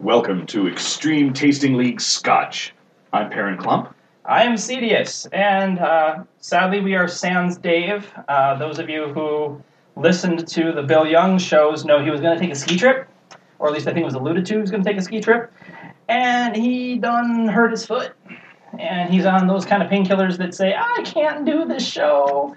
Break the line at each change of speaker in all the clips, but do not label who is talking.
Welcome to Extreme Tasting League Scotch. I'm Perrin Klump.
I am Cedius, and uh, sadly we are Sans Dave. Uh, those of you who listened to the Bill Young shows know he was going to take a ski trip, or at least I think it was alluded to he was going to take a ski trip, and he done hurt his foot, and he's on those kind of painkillers that say I can't do this show,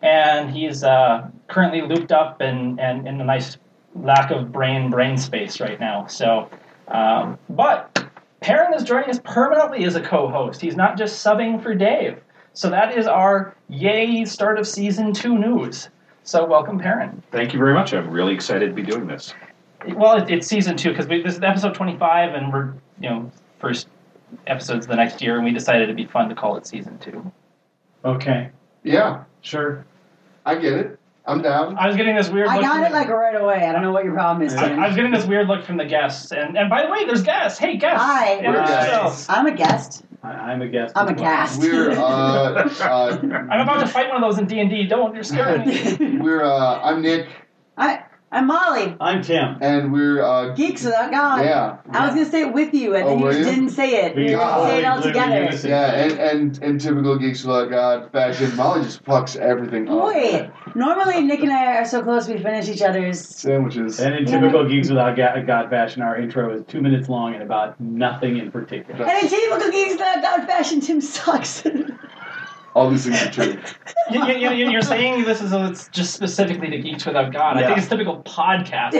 and he's uh, currently looped up and and in a nice lack of brain brain space right now. So, um, but Perrin is joining us permanently as a co-host. He's not just subbing for Dave. So that is our yay start of season two news. So welcome, Perrin.
Thank you very much. I'm really excited to be doing this.
Well, it, it's season two because this is episode twenty-five, and we're you know first episodes of the next year, and we decided it'd be fun to call it season two.
Okay,
Yeah,
sure.
I get it. I'm down.
I was getting this weird.
I
look
got
from
it
the-
like right away. I don't know what your problem is,
I,
Tim.
I was getting this weird look from the guests, and and by the way, there's guests. Hey, guests.
Hi.
Introduce
We're
yourselves.
I'm a guest.
I, I'm a guest.
I'm
as
a
well.
cast.
We're uh, uh,
I'm about to fight one of those in D and D. Don't you're scaring me.
we're uh, I'm Nick,
I, I'm Molly.
I'm Tim.
and we're uh,
Geeks without God.
yeah,
I was gonna say it with you, and
Oh,
then you
were
just
you?
didn't say it.
We
You
all
say it all
literally
together.
unison.
yeah, and and, and typical geeks love God fashion. Molly just fucks everything up.
Wait. Normally, Nick and I are so close we finish each other's.
Sandwiches.
And in
Yeah.
typical Geeks Without Ga- God fashion, our intro is two minutes long and about nothing in particular.
And in typical Geeks Without God fashion, Tim sucks.
Oh, All these things are true.
you, you, you, you're saying this is a, it's just specifically to Geeks Without God. I
Yeah.
think it's typical podcast.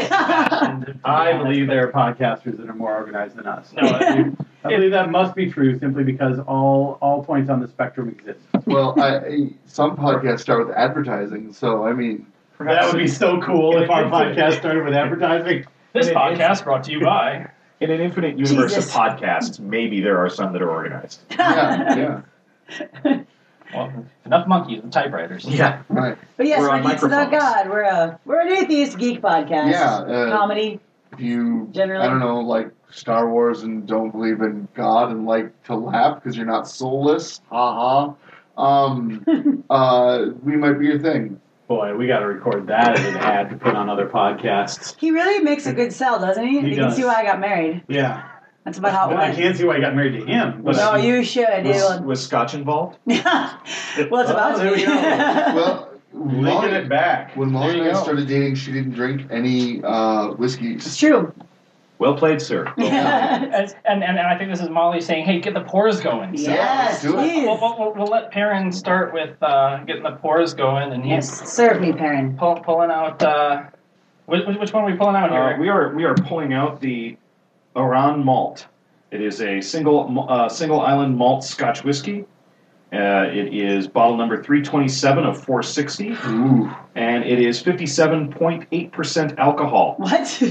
I believe there are podcasters that are more organized than us.
No, I-
I believe that must be true simply because all all points on the spectrum exist.
Well, I- I, some podcasts start with advertising, so I mean,
That would be so cool if our
It's-
podcast started with advertising.
This
It is.
podcast brought to you by.
In an infinite universe
Jesus.
of podcasts, maybe there are some that are organized.
yeah, yeah,
Well, enough monkeys and typewriters.
Yeah.
right,
But yes,
We're on
we're Geeks Without
microphones.
God. We're a we're an atheist geek podcast.
yeah. Uh,
Comedy.
if you,
Generally.
I don't know, like Star Wars and don't believe in God and like to laugh because you're not soulless. Ha ha. Um, uh, we might be your thing.
Boy, we got to record that as an ad to put on other podcasts.
He really makes a good sell, doesn't he?
He
you
does.
can see why I got married.
Yeah,
That's about how it
But I
went.
can't see why I got married to him. But
Oh, No, you should. You
Was, was Scotch involved?
well, it's about
Oh,
to
there
be.
we go.
Well,
linking
Molly,
it back.
when Molly
There
and
you
I
go.
started dating, she didn't drink any uh,
it's
whiskeys.
true.
Well played, sir.
Yeah.
And, and, and I think this is Molly saying, hey, get the pores going. So
yes,
do it.
please.
we'll, we'll, we'll, we'll let Perrin start with uh, getting the pores going, and he's
yes, serve me, Perrin.
pull, pulling out. Uh, which, which one are we pulling out
Uh,
here?
we are we are pulling out the Iran malt. It is a single uh, single island malt Scotch whiskey. Uh, it is bottle number 327 of 460,
Ooh,
and it is 57.8% alcohol.
What?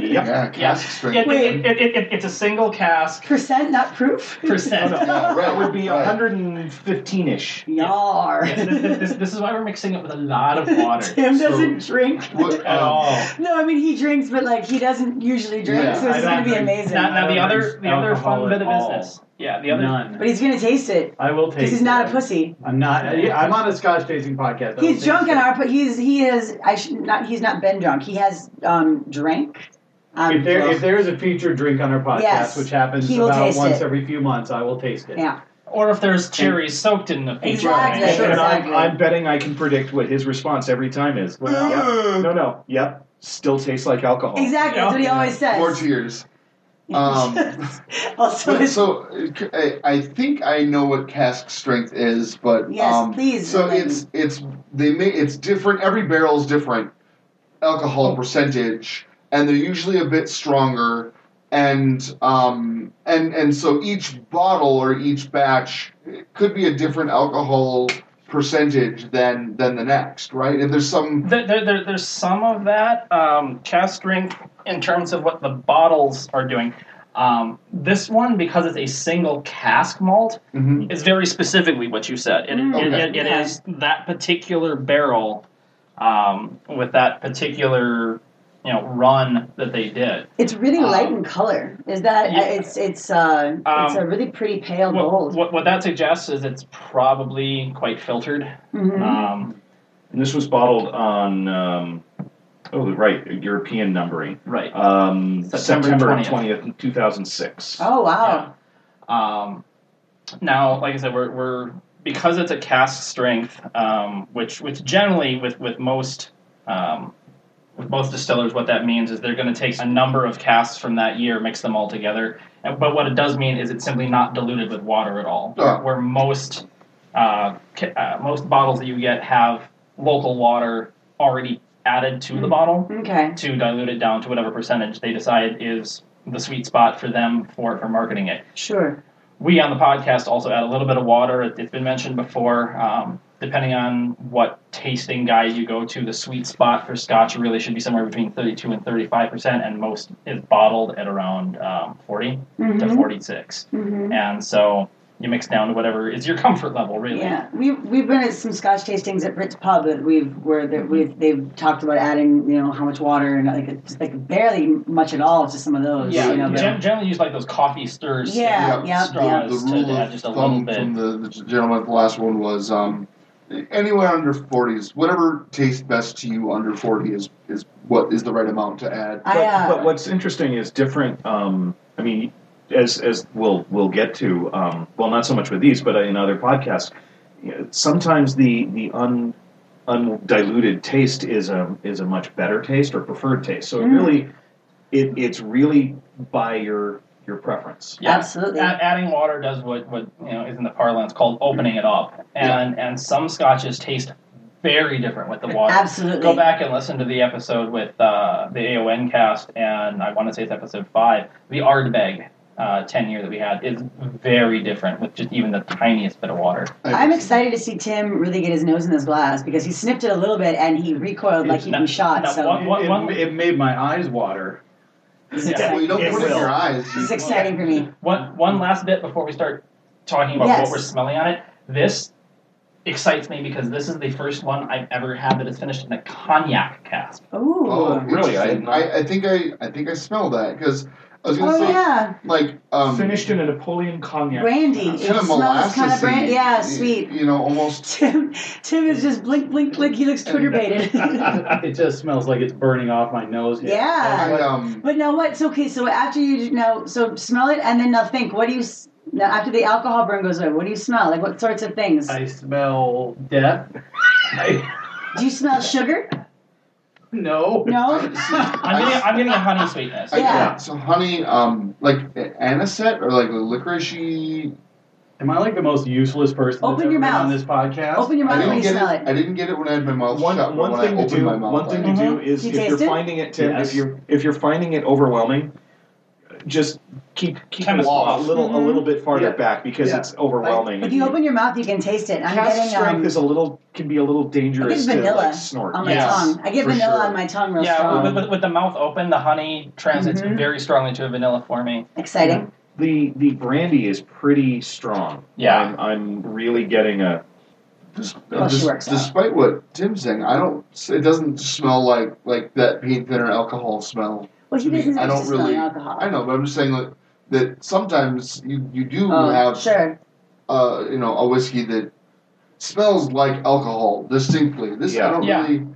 Yep.
yeah, cast
it,
strength.
it, it, it, it, it's a single cask
Percent, not proof.
percent.
Yeah, right,
That would be
right.
115 ish.
Yar.
Yes, this, this, this is why we're mixing it with a lot of water. Oh.
Tim
So-
doesn't drink.
What- um,
At all.
No, I mean he drinks, but like he doesn't usually drink,
Yeah,
so
I
it's
don't
gonna be
drink.
amazing.
Now, now the other the other
Alcohol
fun bit of
at all.
business. Yeah, the other.
None.
but he's gonna taste it
I will take.
because he's not a pussy.
I'm not. yeah, I'm on a Scotch tasting podcast. I will
He's
take
drunk
it.
in our, but he's he has. I should not. He's not been drunk. He has um drank. Um,
If there if there is a featured drink on our podcast,
Yes.
which happens
He will
about
taste
once
it.
every few months, I will taste it.
yeah.
Or if there's cherries soaked in the feature.
Exactly.
Right.
Sure.
And I'm,
Exactly.
I'm betting I can predict what his response every time is.
Ugh.
No, no. Yep. Still tastes like alcohol.
Oh,
Exactly. That's what he
Yeah.
always says.
More tears. Um,
also,
But
it's
so I, I think I know what cask strength is, but
Yes,
um,
please,
So
Lynn.
it's it's they make it's different. Every barrel's different alcohol percentage, and they're usually a bit stronger. And um and and so each bottle or each batch could be a different alcohol percentage than than the next, right? And there's some
There, there, there, there's some of that um, cast strength in terms of what the bottles are doing. Um, this one, because it's a single cask malt,
mhm,
Mm-hmm.
is very specifically what you said. It,
Mm,
it,
okay.
it, it
Okay.
is that particular barrel um, with that particular you know run that they did.
it's really
um,
light in color. Is that
yeah.
it's it's uh it's
Um,
a really pretty pale
What,
gold.
what, what that suggests is it's probably quite filtered.
Mhm.
Um,
And this was bottled on um, Oh, right, European numbering.
Right.
Um,
September
September
20th.
twentieth, two thousand six.
Oh wow.
Um, now, like I said, we're, we're because it's a cast strength, um, which which generally with with most um, with most distillers, what that means is they're going to take a number of casts from that year, mix them all together. And, but what it does mean is it's simply not diluted with water at all.
Yeah.
Where most uh, ca- uh, most bottles that you get have local water already added to the bottle
Okay.
to dilute it down to whatever percentage they decide is the sweet spot for them for for marketing it.
Sure.
We on the podcast also add a little bit of water. It- It's been mentioned before. Um, depending on what tasting guide you go to, the sweet spot for Scotch really should be somewhere between 32 and 35 percent, and most is bottled at around um, 40 to
Mm-hmm.
46. And so you mix down to whatever is your comfort level, really.
Yeah, we we've been at some Scotch tastings at Brit's Pub that we've where that we've they've talked about adding you know how much water and like it's like barely much at all to some of those.
Yeah,
you know,
gen-
but-
generally use like those coffee stirs.
Yeah,
and
yeah.
The,
straws
the rule
to add
of
just a little
thumb
bit.
from the, the gentleman at the last one was um, anywhere under 40s, whatever tastes best to you under 40 is, is what is the right amount to add.
I, uh,
But, but what's interesting is different. Um, I mean, as as we'll we'll get to. Um, well, not so much with these, but in other podcasts, you know, sometimes the the un undiluted taste is a is a much better taste or preferred taste. So it Hmm.
Mm.
really, it it's really by your your preference.
Yeah.
Absolutely.
Add, adding water does what, what you know is in the parlance called opening it up, and and some scotches taste very different with the water.
Absolutely.
Go back and listen to the episode with uh, the AON cast, and I want to say it's episode five. The Ardbeg uh, ten year that we had is very different with just even the tiniest bit of water.
I'm excited to see Tim really get his nose in this glass because he snipped it a little bit and he recoiled like he'd
Now-
been shot.
now
so
one- one-
it,
one-
it made my eyes water.
this, is
yeah.
Well, you
exciting.
don't
It
put it in
will.
your eyes.
This is exciting for me.
One one last bit before we start talking about
Yes.
what we're smelling on it. This excites me because this is the first one I've ever had that is finished in a cognac cask.
Ooh.
Oh,
Oh,
really? I
interesting.
had not-
I, I think I I think I smell that because I was gonna say
Oh, yeah,
like um,
Finished in a Napoleon cognac.
brandy. It
kind of
smells
molasses.
kind of brandy. Yeah, sweet.
You know, almost.
Tim, Tim is just blink, blink, blink. He looks Twitter baited.
it just smells like it's burning off my nose.
Yeah.
I, um,
but now what? So okay. So after you now, so smell it and then now think. What do you s- now after the alcohol burn goes away? What do you smell? Like what sorts of things?
I smell death. I,
do you smell sugar?
no.
No.
I,
I'm getting, I'm getting a honey sweetness.
I-
Yeah.
So honey, um, like anisette or like licoricey.
Am I like the most useless person that's
Open your
ever been on
mouth.
this podcast?
Open your
I
mouth
didn't
when you
get
smell
it.
it.
I didn't get it when I had my mouth
One,
shut.
one
but
thing
when
to
I opened
do.
my mouth,
One thing to
like-
do is
You
if you're
taste it?
finding it, Tim,
Yes.
if you're if you're finding it overwhelming, just keep keep
Kind
it
of
a
off.
little a
Mhm.
little bit farther
Yeah.
back because
Yeah.
it's overwhelming.
If you open your mouth, you can taste it. I'm
Cast
getting
strength
um,
is a little can be a little dangerous to
vanilla Um,
like snort.
on my
Yes,
tongue. I get
for
vanilla
sure.
on my tongue real
Yeah,
strong.
with, with, with the mouth open, the honey transits
Mm-hmm.
Mhm.
very strongly to a vanilla for me.
Exciting.
The the brandy is pretty strong.
Yeah.
I'm, I'm really getting a
Des-
Well, she
des-
works out.
despite what Tim's saying, I don't. It doesn't smell like like that paint thinner alcohol smell.
Well, he
to me,
doesn't
I
like
don't
to smell
really-
alcohol.
I know, but I'm just saying like, that sometimes you you do
Oh,
have
sure.
uh, you know, a whiskey that smells like alcohol distinctly. This
Yeah.
I don't
Yeah.
really.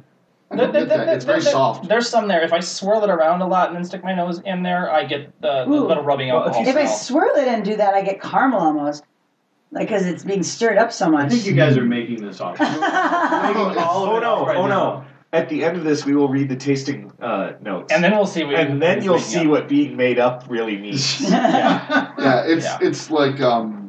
I don't
There-
get
there-
that.
there-
It's very
there-
soft.
There's some there. If I swirl it around a lot and then stick my nose in there, I get the, the
Ooh.
little rubbing
Well, if
alcohol
you-
If I
smell.
swirl it and do that, I get caramel almost, like because it's being stirred up so
I
much.
think you guys are making this up. You're making
Oh, it's-
all
oh
of it
no,
up right
oh no.
now.
At the end of this, we will read the tasting uh, notes,
and then we'll see. What
and then
who's
you'll
making
see
up.
what being made up really means. yeah.
yeah, it's
Yeah.
it's like um,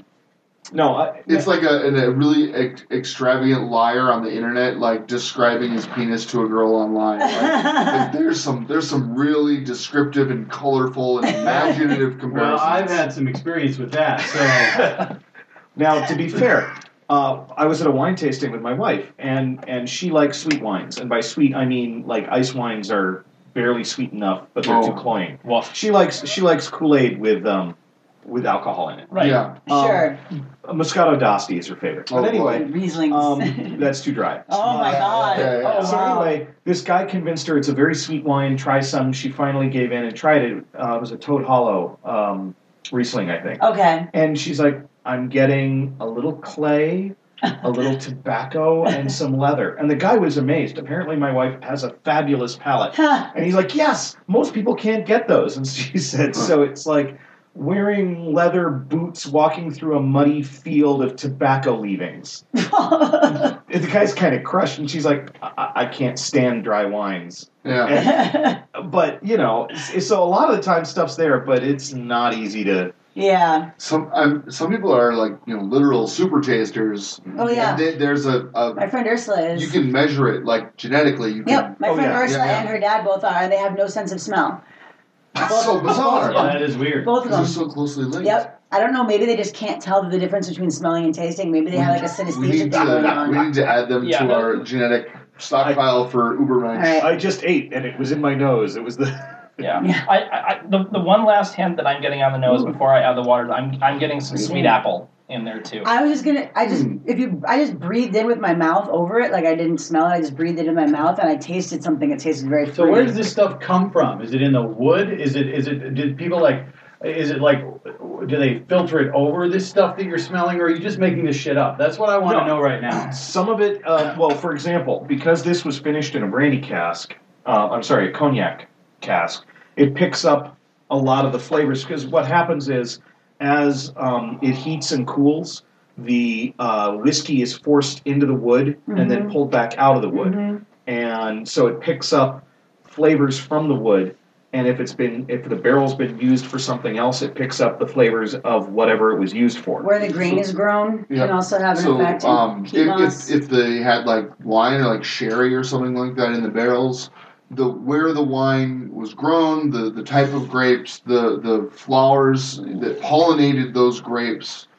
No, I,
it's like a, an- a really ex- extravagant liar on the internet, like describing his penis to a girl online. Like, like, there's some there's some really descriptive and colorful and imaginative
Well,
comparisons.
I've had some experience with that, so
now, to be fair, uh, I was at a wine tasting with my wife, and and she likes sweet wines, and by sweet I mean like ice wines are barely sweet enough, but they're
Oh.
too cloying.
Well,
She likes she likes Kool Aid with um with alcohol in it.
right.
Yeah,
Um,
sure.
Moscato d'Asti is her favorite.
Oh,
But
boy.
anyway,
Rieslings.
um, that's too dry. Uh,
oh my
Yeah,
god.
yeah, yeah.
Oh,
So
wow.
anyway, this guy convinced her it's a very sweet wine. Try some. She finally gave in and tried it. Uh, it was a Toad Hollow um, Riesling, I think.
Okay.
And she's like, I'm getting a little clay, a little tobacco, and some leather. And the guy was amazed. Apparently, my wife has a fabulous palate.
Huh.
And he's like, Yes, most people can't get those. And she said, So it's like wearing leather boots, walking through a muddy field of tobacco leavings. And the guy's kind of crushed, and she's like, I, I can't stand dry wines.
Oh.
Yeah.
And- but, you know, s- so a lot of the time stuff's there, but it's not easy to.
yeah.
Some um, some people are like you know literal super tasters.
Oh yeah.
And they, there's a, a
My friend Ursula is.
you can measure it like genetically. You can.
Yep, my
Oh,
friend
yeah,
Ursula
yeah, yeah.
and her dad both are, and they have no sense of smell.
That's so bizarre.
Yeah, that is weird.
Both of
Because they're
them.
so closely linked.
Yep. I don't know. Maybe they just can't tell the difference between smelling and tasting. Maybe they have like a
We
synesthesia thing
need
going
to uh, we
on.
need to add them
Yeah.
to our genetic stockpile for Uber
All right.
I just ate, and it was in my nose. It was the.
Yeah.
Yeah.
I, I, I- the, the one last hint that I'm getting on the nose before I add the water, I'm, I'm getting some sweet apple in there too.
I was just gonna. I just
Hmm.
if you. I just breathed in with my mouth over it. Like I didn't smell it. I just breathed it in my mouth, and I tasted something. that tasted very.
So where
fruity.
does this stuff come from? Is it in the wood? Is it is it did people like is it like do they filter it over this stuff that you're smelling or are you just making this shit up? That's what I want
No.
to know right now.
Some of it, uh, well, for example, because this was finished in a brandy cask, uh, I'm sorry, a cognac cask, it picks up a lot of the flavors. Because what happens is, as um, it heats and cools, the uh, whiskey is forced into the wood and then pulled back out of the
Mm-hmm.
wood, and so it picks up flavors from the wood. And if it's been if the barrel's been used for something else, it picks up the flavors of whatever it was used for.
Where the grain is grown
Yep.
can also have an
So,
effect. in
um, if,
peat
if
moss.
if they had like wine or like sherry or something like that in the barrels, the where the wine was grown, the the type of grapes, the the flowers that pollinated those grapes,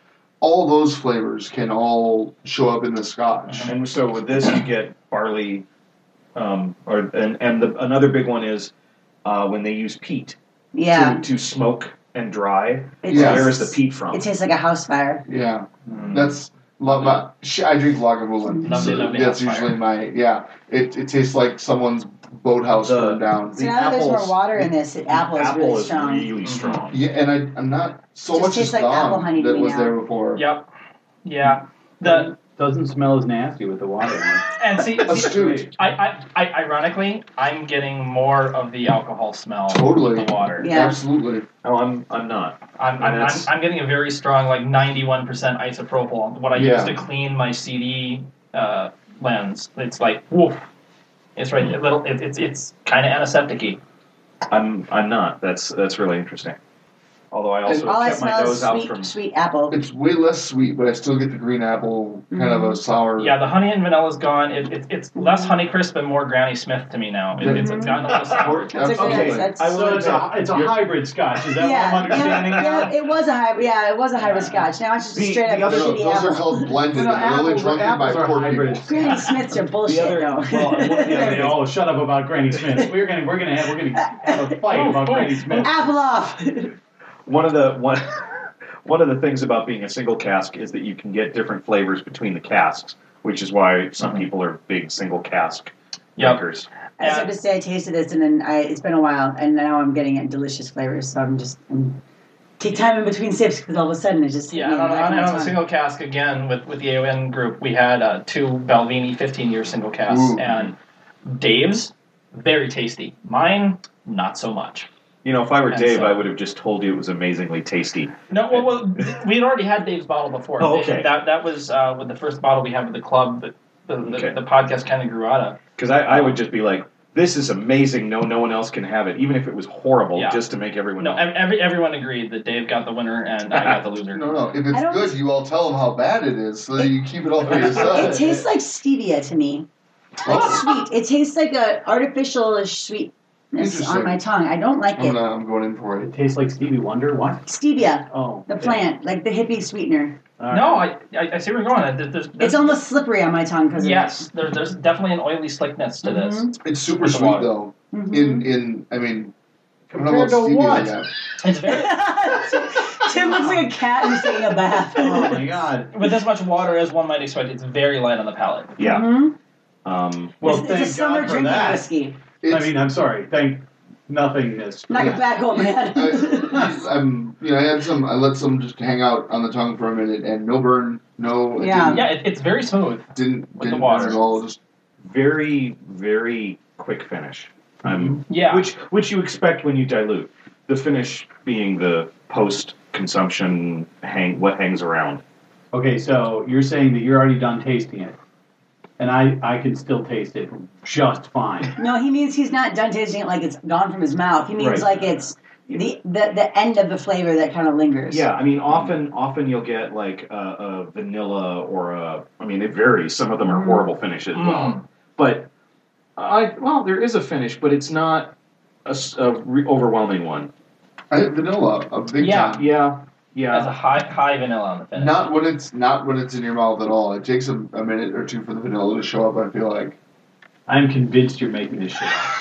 all those flavors can all show up in the scotch.
And so with this, you get barley, um, or and and the, another big one is uh, when they use peat
yeah,
to, to smoke and dry.
it
Yeah.
Where is
tastes-
the peat from?
It tastes like a house fire.
Yeah,
Mm.
that's lo- my, sh- I drink Lagavulin.
Lovely,
so
lovely
that's
house fire.
usually my yeah. It it tastes like someone's boathouse
The-
burned down.
So now that there's more
apples-
water in this, the apple is really strong.
really strong.
Yeah, and I, I'm not so
Just
much
tastes
is
like
gone
apple honey to
that
me
was
now.
there before.
Yep. Yeah. The,
Doesn't smell as nasty with the water. in it.
and see, see
Astute.
I, I, I, ironically, I'm getting more of the alcohol smell
Totally.
with the water.
Yeah.
Absolutely.
Oh, I'm I'm not.
I'm, I'm, I'm,
That's-
I'm getting a very strong, like 91% isopropyl. What I
Yeah.
use to clean my CD uh, lens, it's like, woof. It's right. A little. It, it's it's kind of antiseptic-y.
I'm I'm not. That's that's really interesting. Although I also
And
All I
kept my
smell
nose
is
out
sweet,
from.
sweet apple.
It's way less sweet, but I still get the green apple kind
Mm-hmm.
of a sour.
Yeah, the honey and vanilla's gone. It, it, it's less Honey Crisp and more Granny Smith to me now. It, it's, it's gotten a little sour.
That's okay.
Absolutely.
That's,
I
So
will
it's a
admit,
it's a
you're-
hybrid scotch. Is that what I'm
yeah, yeah,
understanding?
yeah, it was a hybrid. Yeah, it was a hybrid
Yeah.
scotch. Now it's just
The-
a straight
the
up
other-
No,
shitty
those are
apple.
called blended.
No,
They're only
apples-
drunk in by
apples are
poor
hybrids.
people.
Granny Smiths are bullshit,
other-
though.
well, one of the
Yeah, they
other-
all shut up about Granny Smith. We're gonna we're gonna have we're gonna have a
Oh,
fight about Granny Smith.
apple off.
one of the one one of the things about being a single cask is that you can get different flavors between the casks, which is why some people are big single cask
Yep.
drinkers.
I just have to say, I tasted this, and then I, it's been a while, and now I'm getting it delicious flavors. So I'm just I'm, take time in between sips because all of a sudden it just hit
Yeah,
me
and on,
back
on,
in my
on a
tongue.
single cask again with, with the AON group, we had uh, two Balvenie 15 year single casks,
Ooh.
and Dave's very tasty. Mine, not so much.
You know, if I were
And
Dave,
so-
I would have just told you it was amazingly tasty.
No, well, well we had already had Dave's bottle before.
Oh, okay.
That that was uh, with the first bottle we had with the club that the, the,
Okay.
the podcast kind of grew out of.
Because I, I would just be like, "This is amazing. No, no one else can have it, even if it was horrible,
Yeah.
just to make everyone."
No,
else."
ev- every, everyone agreed that Dave got the winner and I got the loser.
No, no. If
I
it's
don't-
good, you all tell them how bad it is, so that you keep it all for
It
yourself.
tastes like stevia to me. Like sweet. It tastes like a artificial sweetness on
Interesting.
my tongue. I don't like
I'm,
it.
not, I'm going in for it.
It tastes like Stevie Wonder. What?
Stevia,
Oh,
the
okay.
plant, like the hippie sweetener.
All right.
No, I, I, I see where you're going. There- There's, there's,
It's almost slippery on my tongue because
yes, there, there's definitely an oily slickness to this.
Mm-hmm.
It's super
It's a
sweet
lot.
though.
Of it. Mhm.
In in I mean, I don't
Compared
know about
to
stevia
what?
yet.
It's very,
Tim looks like a cat who's taking a bath.
Oh my god.
with as much water as one might expect, it's very light on the palate.
Yeah.
Mhm.
Um,
Well,
Mm-hmm.
it's,
thank
it's a summer
God for
drinking
that.
whiskey.
It's,
I mean, I'm sorry. Thank nothingness.
Knock it back, old man.
I, I'm, you know, I had some. I let some just hang out on the tongue for a minute, and no burn, no. it
Yeah.
Yeah, it, it's very smooth.
Didn't didn't,
the
didn't burn
water.
at all. Just
Very, very quick finish. I'm,
Mm-hmm. Yeah.
Which which you expect when you dilute. The finish being the post consumption hang what hangs around.
Okay, so you're saying that you're already done tasting it, and I I can still taste it just fine.
No, he means he's not done tasting it like it's gone from his mouth. He means
Right.
like it's the, the the end of the flavor that kind of lingers.
Yeah, I mean, often often you'll get like a, a vanilla or a. I mean, it varies. Some of them
Mm.
are horrible finishes. Well, but I well, there is a finish, but it's not a, s- a re- overwhelming one.
I think vanilla, a big
Yeah.
time.
Yeah,
That's
yeah.
a high high vanilla on the finish.
Not when it's not when it's in your mouth at all. It takes a, a minute or two for the vanilla to show up. I feel like
I'm convinced you're making this shit. up.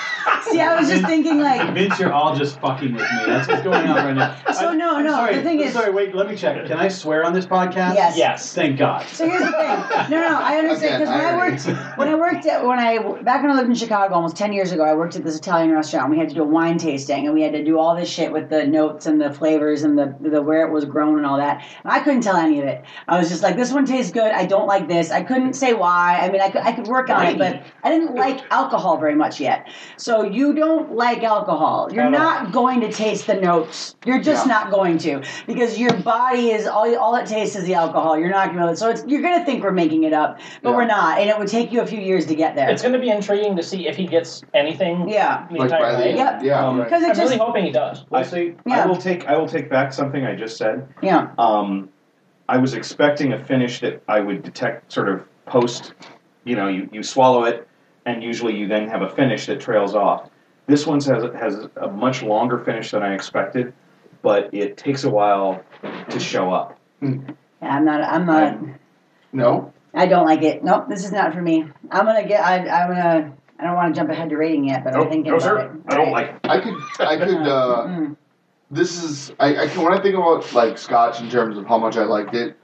See, I was just thinking
I'm
like,
convinced you're all just fucking with me. That's what's going on right now.
So,
I-
no,
I'm
no,
Sorry,
the thing
I'm
is-
sorry. Wait, let me check. Can I swear on this podcast?
Yes.
yes.
Thank God.
so here's the thing. No, no, I understand because
Again,
when I
irony.
worked when I worked at when I back when I lived in Chicago almost ten years ago, I worked at this Italian restaurant. We had to do a wine tasting, and we had to do all this shit with the notes and the flavors and the the where it was grown and all that. And I couldn't tell any of it. I was just like, this one tastes good. I don't like this. I couldn't say why. I mean, I could I could work on it, but I didn't like alcohol very much yet. So you don't like alcohol. You're
At all.
not going to taste the notes. You're just
Yeah.
not going to because your body is all all it tastes is the alcohol. You're not going to. So it's you're going to think we're making it up, but
Yeah.
we're not, and it would take you a few years to get there.
It's going to be intriguing to see if he gets anything
Yeah.
the
like
entire
by the
way.
end.
Yep.
yeah,
Um,
right.
because
I'm
it just
really hoping he does.
I,
We'll see.
Yeah.
I will take I will take back something I just said.
yeah
Um, I was expecting a finish that I would detect sort of post. You know, you, you swallow it, and usually you then have a finish that trails off. This one's has has a much longer finish than I expected, but it takes a while to show up.
Yeah, I'm not I'm not
No,
I don't like it. Nope, this is not for me. I'm gonna get I I'm gonna I don't want to jump ahead to rating yet, but I'm thinking about it.
I don't
Right.
like it.
I could I could. Uh,
Mm.
this is I, I can when I think about like scotch in terms of how much I liked it,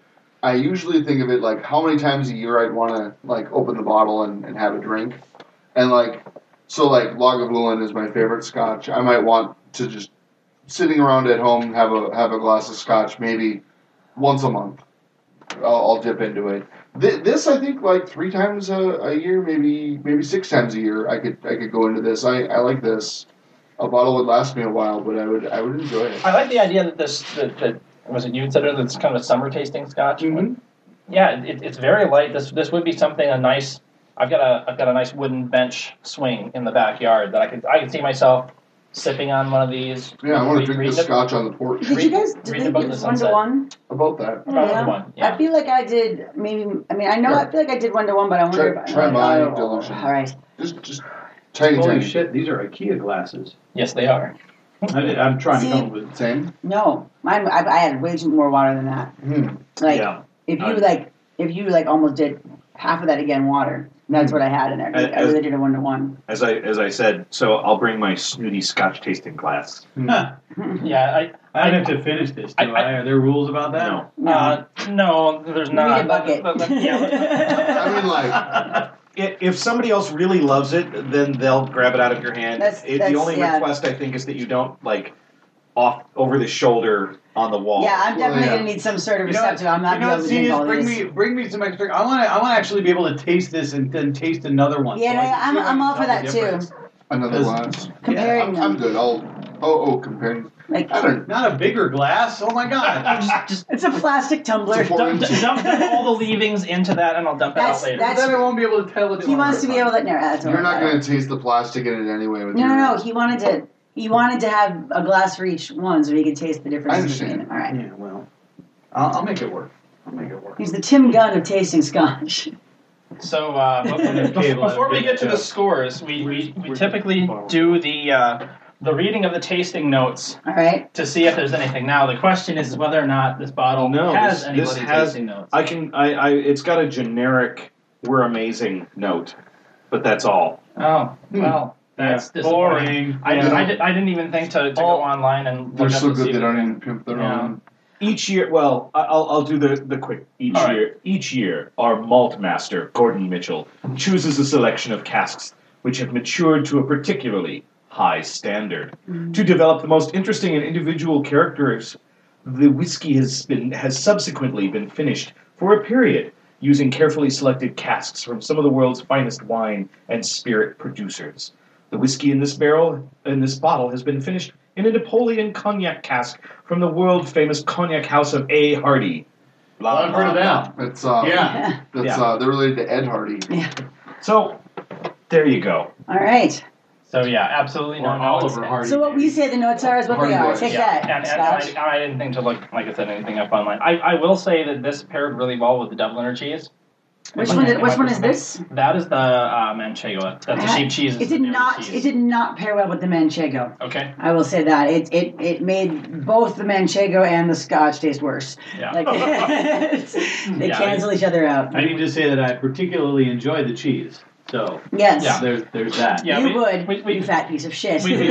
I usually think of it like how many times a year I'd want to like open the bottle and, and have a drink, and like so like Lagavulin is my favorite scotch. I might want to just sitting around at home have a have a glass of scotch maybe once a month. I'll, I'll dip into it. Th- this I think like three times a, a year, maybe maybe six times a year. I could I could go into this. I, I like this. A bottle would last me a while, but I would I would enjoy it.
I like the idea that this that, that was it you said it it's kind of a summer tasting scotch.
Mhm.
Yeah, it, it's very light. This this would be something a nice. I've got a I've got a nice wooden bench swing in the backyard that I could I could see myself sipping on one of these.
Yeah, I want to
Read-
drink
read
this
the-
scotch on the porch.
Did you guys
read
did they
about
do
the
this one to
sunset.
one?
About that.
About the
Yeah.
one, yeah.
I feel like I did maybe I mean I know I feel like I did one to one, but I wonder
Try-
if
try
I,
my
oh,
dilution.
All right.
Just just tiny
Holy
tiny.
shit! These are IKEA glasses.
Yes, they are.
I, am trying
See?
to come up with.
Same.
No. Mine I, I had way too more water than that.
Hmm.
Like
yeah.
if you
I-
like if you like almost did half of that again water. That's what I had in there.
Hmm. And-
I
and-
really did a one to one.
As I as I said, so I'll bring my snooty Scotch tasting glass.
Huh,
Mm-hmm.
Yeah, I
Hmm. I don't have to finish this, do
I- I-
I? Are there rules about that?
No,
Uh, no, there's
You need
not.
a bucket.
But- but- but- yeah.
I mean, like
I- if somebody else really loves it, then they'll grab it out of your hand.
That's-
it,
that's-
the only
yeah.
request I think is that you don't like off over the shoulder on the wall.
yeah, I'm
Well,
definitely
yeah.
gonna need some sort of
You know
receptor. I'm not
you know
gonna
what,
be able
Steve,
to drink all
bring
these.
me bring me some extra. I want to I want to actually be able to taste this and then taste another one.
Yeah,
so
no,
I can
I'm-
see if I
I'm
can
all for
tell the
that, too.
difference.
another
Does-
glass.
Comparing
I'm,
them,
I'm good. I'll oh oh comparing.
like
I don't.
Not a bigger glass. Oh my god!
Just
it's a plastic tumbler.
It's a four-
dump, dump all the leavings into that, and I'll dump it
That's-
out later.
that's-
then I won't be able to tell. It's
He wants to be able to. No, that's
You're not
all right.
going to taste the plastic in it anyway. With
No,
your,
no, no. He wanted to. He wanted to have a glass for each one so he could taste the
I
difference
understand.
between them. All right.
Yeah, well, I'll, I'll make it work. I'll make it work.
He's the Tim Gunn of tasting scotch.
So uh, before,
Okay, well,
before we
good
get to the
job.
scores, we, we, we
We're-
typically
we're-
do the uh, the reading of the tasting notes
All right.
to see if there's anything. Now the question is whether or not this bottle
No,
has
this-
any
this
bloody
has-
tasting notes.
I can. I, I. It's got a generic "we're amazing" note, but that's all.
Oh well, that's disappointing. I,
Yeah.
I, di- I didn't even think to, to go
All-
online and look
They're
up
so
to see
good they
if-
don't even pimp their
Yeah.
own.
Each year, well, I- I'll, I'll do the, the quick. Each
All right.
year, each year, our malt master Gordon Mitchell chooses a selection of casks which have matured to a particularly high standard. To develop the most interesting and individual characters, the whiskey has been has subsequently been finished for a period using carefully selected casks from some of the world's finest wine and spirit producers. The whiskey in this barrel in this bottle has been finished in a Napoleon cognac cask from the world famous cognac house of A. Hardy. Blah,
I've heard of
blah,
that.
It's uh,
Yeah.
That's
Yeah.
uh, they're related to Ed Hardy.
blah. So there you go.
All right.
So yeah, absolutely
Or
no. no
Oliver
it's-
Hardy.
So what we say the notes are is what they are. Take
Yeah,
that,
and, and I,
Scotch.
and I didn't think to look like I said anything up online. I, I will say that this paired really well with the Dubliner cheese.
Which one? Did, which one is this?
That is the uh, manchego. That's the sheep cheese.
It did not. It
Cheese.
did not pair well with the manchego.
Okay.
I will say that it it, it made both the manchego and the scotch taste worse.
Yeah.
Like they
Yeah,
cancel each other out.
I need to say that I particularly enjoy the cheese. So
yes,
Yeah.
there's there's that.
Yeah,
you
we-
would.
we- we-
you fat piece of shit.
we- we-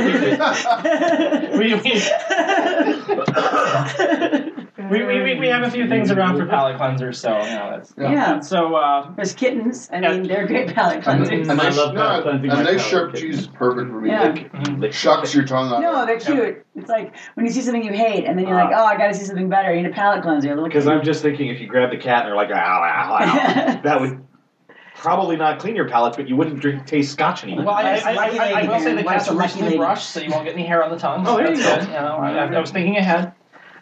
We, we, we, we, we, we have a few things around for palate cleansers, so you know that's.
yeah.
So uh,
There's kittens. I
Yeah.
mean, they're great palate
And,
cleansers.
and
I
they-
love
no,
that. I think
and
my
they
palate
sharp
can-
cheese is perfect for me.
Yeah.
Like,
Mm-hmm.
mhm.
shucks your tongue on
No,
it.
they're cute. It's like when you see something you hate, and then
Uh.
you're like, "Oh, I gotta see something better." You need a palate cleanser. Look
Because I'm just thinking, if you grab the cat and they're like, "Ow, ow, ow," that would probably not clean your palate, but you wouldn't drink taste scotch anymore.
Well, I, I, I,
Lucky
I, I
lady
will say
here.
the
Wife's
cats
a
are
lucky
recently
lady.
brushed, so you won't get any hair on the tongue.
Oh,
so
there you
that's
go. Mm-hmm.
good. You know, I, I was thinking ahead.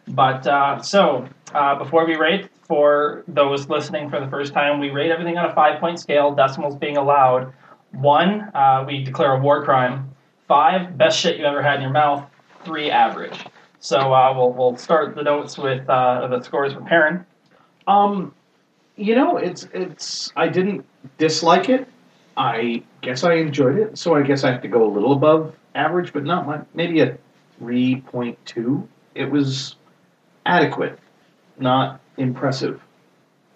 But uh, so, uh, before we rate, for those listening for the first time, we rate everything on a five point scale, decimals being allowed. One, uh, we declare a war crime. Five, best shit you ever had in your mouth. Three, average. So uh, we'll, we'll start the notes with uh, the scores from Perrin.
um, you know, it's it's. I didn't dislike it. I guess I enjoyed it, so I guess I have to go a little above average, but not my, maybe a three point two. It was adequate, not impressive.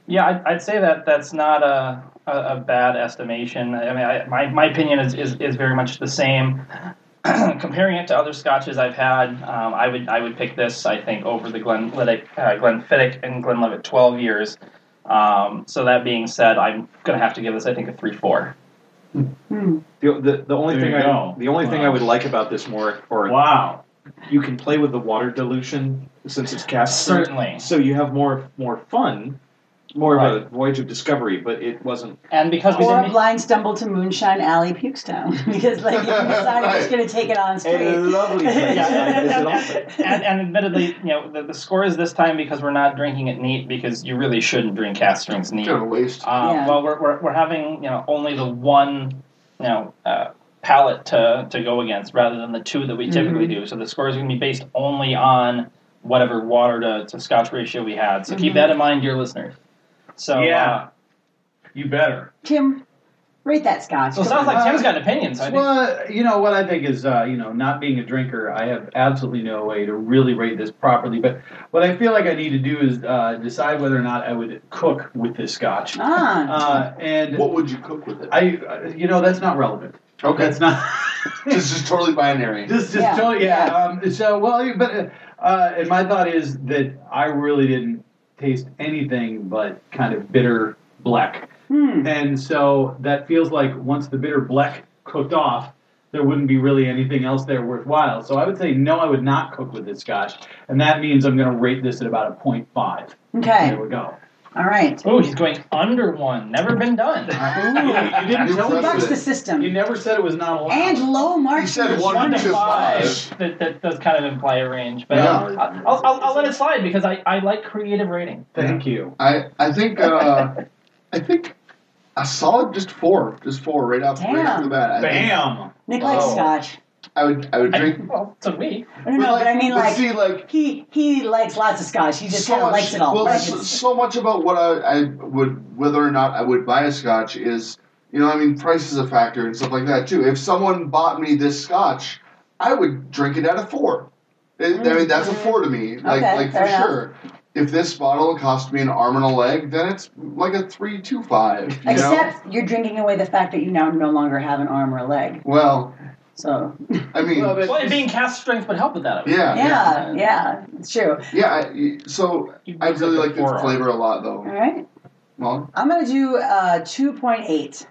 Yeah, I'd, I'd say that that's not a, a, a bad estimation. I mean, I, my, my opinion is, is, is very much the same. Comparing it to other scotches I've had, um, I would I would pick this I think over the Glenlivet, uh, Glenfiddich and Glenlivet 12 years. Um, so that being said, I'm gonna have to give this I think a three four.
Hmm.
The, the, the only
There
thing
you
I
go.
the only thing
Wow.
I would like about this more or
Wow.
you can play with the water dilution since it's cast through.
Certainly,
so you have more more fun, more of a voyage of discovery. But it wasn't.
and because we
Or a
didn't.
blind stumble to Moonshine Alley, Pukestown, because like if you decide I'm just gonna take it on straight.
lovely
place
Yeah,
like
and,
this
and, and- and admittedly, you know, the, the score is this time because we're not drinking it neat because you really shouldn't drink cast strings neat.
Kind of a waste.
Uh,
Yeah.
Well, we're, we're, we're having you know only the one you know uh, palette to, to go against rather than the two that we typically do. So the score is going to be based only on whatever water to, to scotch ratio we had. So keep
Mhm.
that in mind, dear listeners. So uh,
yeah. you better.
Tim, rate that
uh,
scotch.
so it sounds like Tim's got an opinion. So I think
Well, you know what I think is, uh, you know, not being a drinker, I have absolutely no way to really rate this properly. But what I feel like I need to do is uh, decide whether or not I would cook with this scotch.
ah,
Uh, and
What would you cook with it?
I, uh, you know, that's not relevant.
okay,
That's not.
this is totally binary.
This is
Yeah,
totally yeah.
yeah.
Um, so well, you- but uh, uh, and my thought is that I really didn't taste anything but kind of bitter black,
hmm.
and so that feels like once the bitter black cooked off, there wouldn't be really anything else there worthwhile. So I would say no, I would not cook with this scotch, and that means I'm going to rate this at about a point five. There
Okay,
we go.
all right.
oh, he's going under one. Never been done.
you didn't
You're
tell me.
obsessed
Bucks
with
the
You
it.
system.
never said it was not allowed.
And low
uh, You
marks.
said one,
one to
to
five.
five.
That, that does kind of imply a range, but
Yeah.
I'll, I'll, I'll, I'll let it slide because I, I like creative rating.
Thank you.
I I think uh, I think a solid just four, just four right off right off the
Damn.
bat. I, think
Bam.
Nick likes
Oh.
scotch.
I would I would
I-
drink.
well, to me,
No, no, no, but I mean
but
like
see, like
he he likes lots of scotch. He just
so
kind of
much,
likes it all.
Well,
Like,
so,
it's-
so much about what I, I would, whether or not I would buy a scotch is, you know, I mean, price is a factor and stuff like that too. If someone bought me this scotch, I would drink it at a four. It- I mean, that's a four to me, like
Okay,
like
fair
for
enough.
sure. If this bottle cost me an arm and a leg, then it's like a three two five. You know?
Except you're drinking away the fact that you now no longer have an arm or a leg.
Well,
So
I mean,
Well, but-
well, it being cast strength would help with that. I would
yeah, yeah,
yeah, yeah, it's true.
yeah. I, so
You
I
look
really
like a
like this
forearm.
flavor a lot,
All
though.
right,
Well,
I'm gonna do uh, 2.8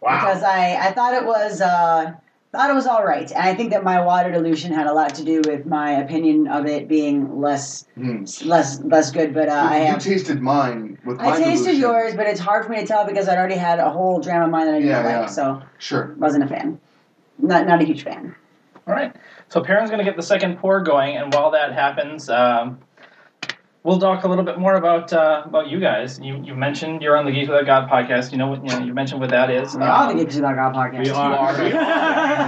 Wow.
because I I thought it was uh, thought it was all right. And I think that my water dilution had a lot to do with my opinion of it being less
Hmm.
less less good. But uh, I
you
have
tasted mine with my
I tasted
dilution.
yours, but it's hard for me to tell because I'd already had a whole dram of mine that I didn't
Yeah,
like,
yeah.
so
Sure.
wasn't a fan. Not not a huge fan.
All right. So Perrin's going to get the second pour going, and while that happens, um, we'll talk a little bit more about uh, about you guys. You, you mentioned you're on the Geeks Without God podcast. You know what you, know, you mentioned what that is.
We are the
Um,
Geeks Without God podcast.
We are.
We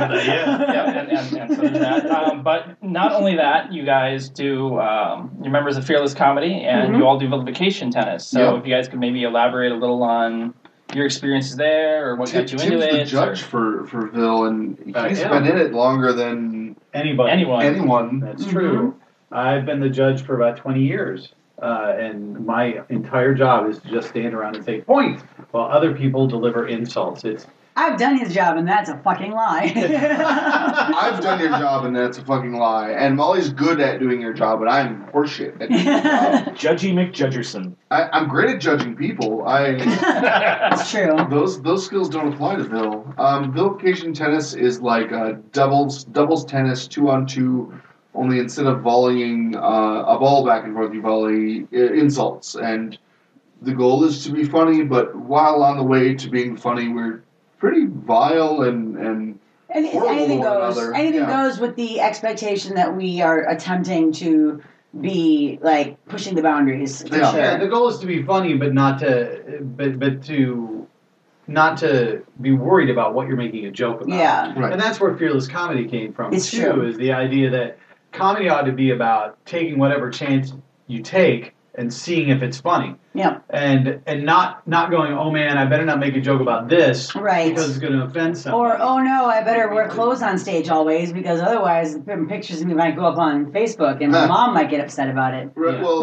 yeah, and, and, and so there's that. Um, but not only that, you guys do, um, you're members of Fearless Comedy,
Mm-hmm.
and you all do vilification tennis. So
Yeah.
if you guys could maybe elaborate a little on your experiences there, or what
Tim-
got you
Tim's
into
the
it, Uh,
judge for, for Ville, and he's
I am.
been in it longer than
or
Anybody.
anyone.
anyone.
That's true. I've been the judge for about 20 years, uh, and my entire job is to just stand around and say points while other people deliver insults. It's
I've done his job, and that's a fucking lie.
I've done your job, and that's a fucking lie. And Molly's good at doing your job, but I'm horseshit at doing your job.
Judgy McJudgerson.
I, I'm great at judging people. I
It's true.
those those skills don't apply to Ville. Um, vilification tennis is like uh, doubles doubles tennis, two on two. Only instead of volleying uh, a ball back and forth, you volley uh, insults. And the goal is to be funny, but while on the way to being funny, we're pretty vile and and
And it's
Or
anything
one
goes.
another,
Anything
yeah.
goes with the expectation that we are attempting to be like pushing the boundaries for
Yeah.
sure.
Oh, yeah, the goal is to be funny, but not to, but but to, not to be worried about what you're making a joke about.
Yeah.
Right.
and that's where fearless comedy came from
It's
too.
true.
Is the idea that comedy ought to be about taking whatever chance you take and seeing if it's funny.
Yeah.
and and not not going, oh man, I better not make a joke about this
Right.
because it's going to offend somebody.
Or oh no, I better wear clothes on stage always because otherwise pictures of me might go up on Facebook and my
Huh.
mom might get upset about it.
Right,
Yeah.
well,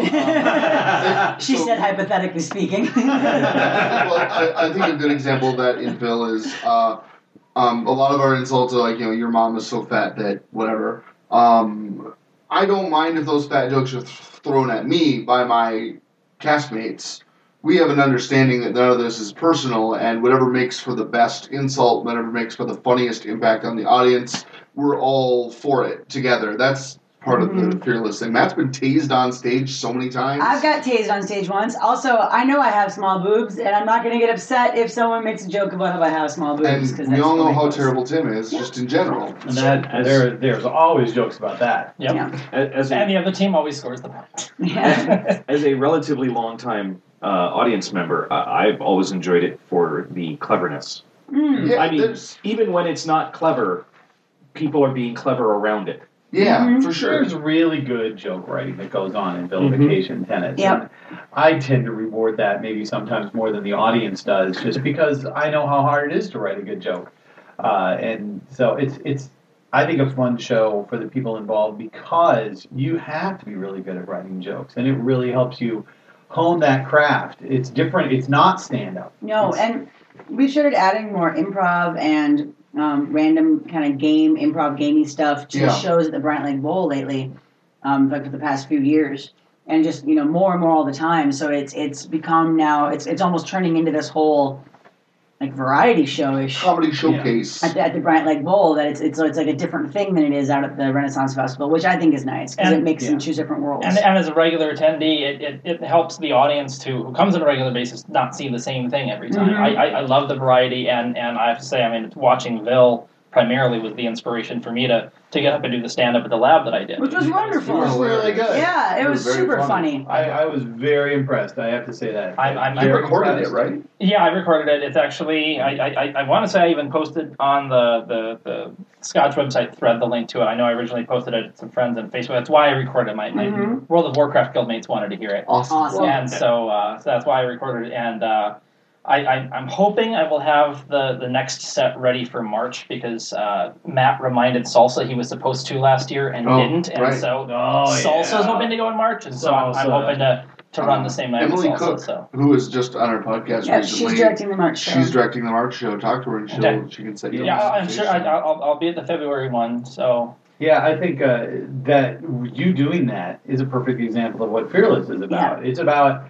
um,
she
so-
said hypothetically speaking.
well, I, I think a good example of that in Phil is uh, um, a lot of our insults are like, you know, your mom is so fat that whatever. Um, I don't mind if those fat jokes are th- thrown at me by my castmates. We have an understanding that none of this is personal, and whatever makes for the best insult, whatever makes for the funniest impact on the audience, we're all for it together. That's part of the fearless thing. Matt's been tased on stage so many times.
I've got tased on stage once. Also, I know I have small boobs, and I'm not going to get upset if someone makes a joke about how I have small boobs.
and
because
we all know how terrible Tim is, just in general.
and that
As-
there there's always jokes about that.
Yep.
Yeah.
A- As
And
a,
the other team always scores the point.
Yeah.
as a relatively long time uh, audience member, I, I've always enjoyed it for the cleverness.
Mm.
Yeah,
I mean,
there's-
even when it's not clever, people are being clever around it.
yeah,
Mhm.
for sure. Mm-hmm.
There's really good joke writing that goes on in vilification tennis.
Yep.
And I tend to reward that maybe sometimes more than the audience does, just because I know how hard it is to write a good joke. Uh, and so it's it's I think a fun show for the people involved because you have to be really good at writing jokes, and it really helps you hone that craft. It's different. It's not stand up.
No, and we started adding more improv and um, random kind of game, improv gamey stuff to
Yeah.
shows at the Bryant Lake Bowl lately, um, like for the past few years, and just you know more and more all the time. So it's it's become now it's it's almost turning into this whole like variety showish
Comedy showcase.
at the, at the Bryant Lake Bowl that it's it's so it's like a different thing than it is out at the Renaissance Festival, which I think is nice because it
And-
makes
yeah.
them choose different worlds.
And, and as a regular attendee, it, it, it helps the audience too, who comes on a regular basis, not see the same thing every time.
Mhm.
I, I, I love the variety, and, and I have to say, I mean, watching Ville primarily was the inspiration for me to, to get up and do the stand up at the lab that I did.
Which was
You guys-
wonderful.
You were really good.
yeah, it
It
was
was very
super funny.
funny.
I, I was very impressed. I have to say that.
I- I'm-
I
I'm
Very
recorded it,
impressed.
right?
Yeah, I recorded it. It's actually I I, I, I want to say I even posted on the, the the Scotch website thread the link to it. I know I originally posted it to some friends on Facebook. That's why I recorded it. My, my
Mhm.
World of Warcraft guildmates wanted to hear it,
Awesome.
Awesome.
and so uh, so that's why I recorded it. And uh, I, I I'm hoping I will have the the next set ready for March because uh, Matt reminded Salsa he was supposed to last year and
Oh,
didn't, and
right.
so
Oh,
Salsa's
yeah.
hoping to go in March, and so I'm, I'm
Salsa.
hoping to to run the same night
Emily
with Salsa.
Cook.
So
Who was just on our podcast
Yeah,
recently.
she's directing the March show.
She's directing the March show. Talk to her and she'll,
Okay.
she can set you
yeah,
up.
I- I'm sure I, I'll I'll be at the February one. So.
Yeah, I think uh, that you doing that is a perfect example of what fearless is about. It's about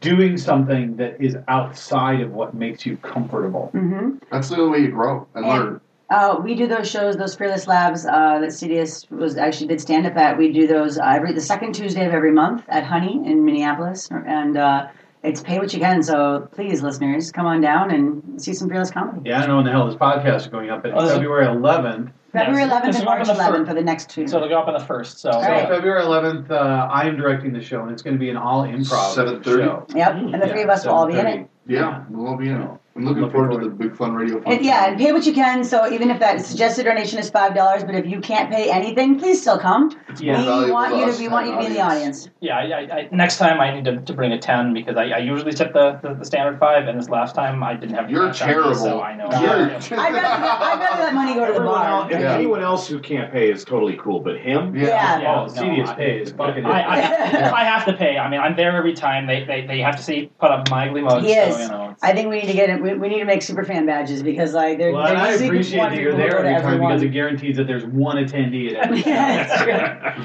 doing something that is outside of what makes you comfortable.
hmm
That's the only way you grow and
Yeah.
learn.
Uh, we do those shows, those Fearless Labs uh, that CDS was actually did stand up at. We do those uh, every the second Tuesday of every month at Honey in Minneapolis, and uh, it's pay what you can. So please, listeners, come on down and see some Fearless comedy.
Yeah, I don't know when the hell this podcast is going up. It's
Oh, so-
February 11th.
February
Yes.
11th
Yes,
and
we're
March
on the
11th
first.
for the next two.
So they'll go up on the first. So
So
Right.
February 11th, uh, I am directing the show, and it's going to be an all improv
7:30?
show.
yep, and the
Yeah,
three of us will all be in
7:30.
it.
Yeah, we'll all be in it. I'm looking,
Looking
forward,
forward.
to the Big Fun Radio.
And,
function.
yeah, and pay what you can. So even if that suggested donation is five dollars, but if you can't pay anything, please still come.
more
yeah,
we
valuable
want
to
you
us
to we
than
want you to be in the
audience.
audience.
yeah. I, I, I, next time I need to, to bring a ten because I, I usually tip the, the, the standard five, and this last time I didn't have.
You're
enough time,
terrible.
So I know.
You're-
I'd rather, I'd rather that money go to the
Everyone
bar.
else, and
Yeah.
anyone else who can't pay is totally cool, but him.
Yeah.
Yeah,
oh,
no,
CDS
I-
pays. Fucking
I, I,
Yeah.
if I have to pay. I mean, I'm there every time. They they, they have to see put up my limos.
Yes.
So, you know, it's-
I think we need to get it. We, we need to make super fan badges because like they're,
Well,
they're
and I
usually
appreciate
one
that you're
people
there
go to
every time
everyone.
because it guarantees that there's one attendee at every show.
Yeah, that's true.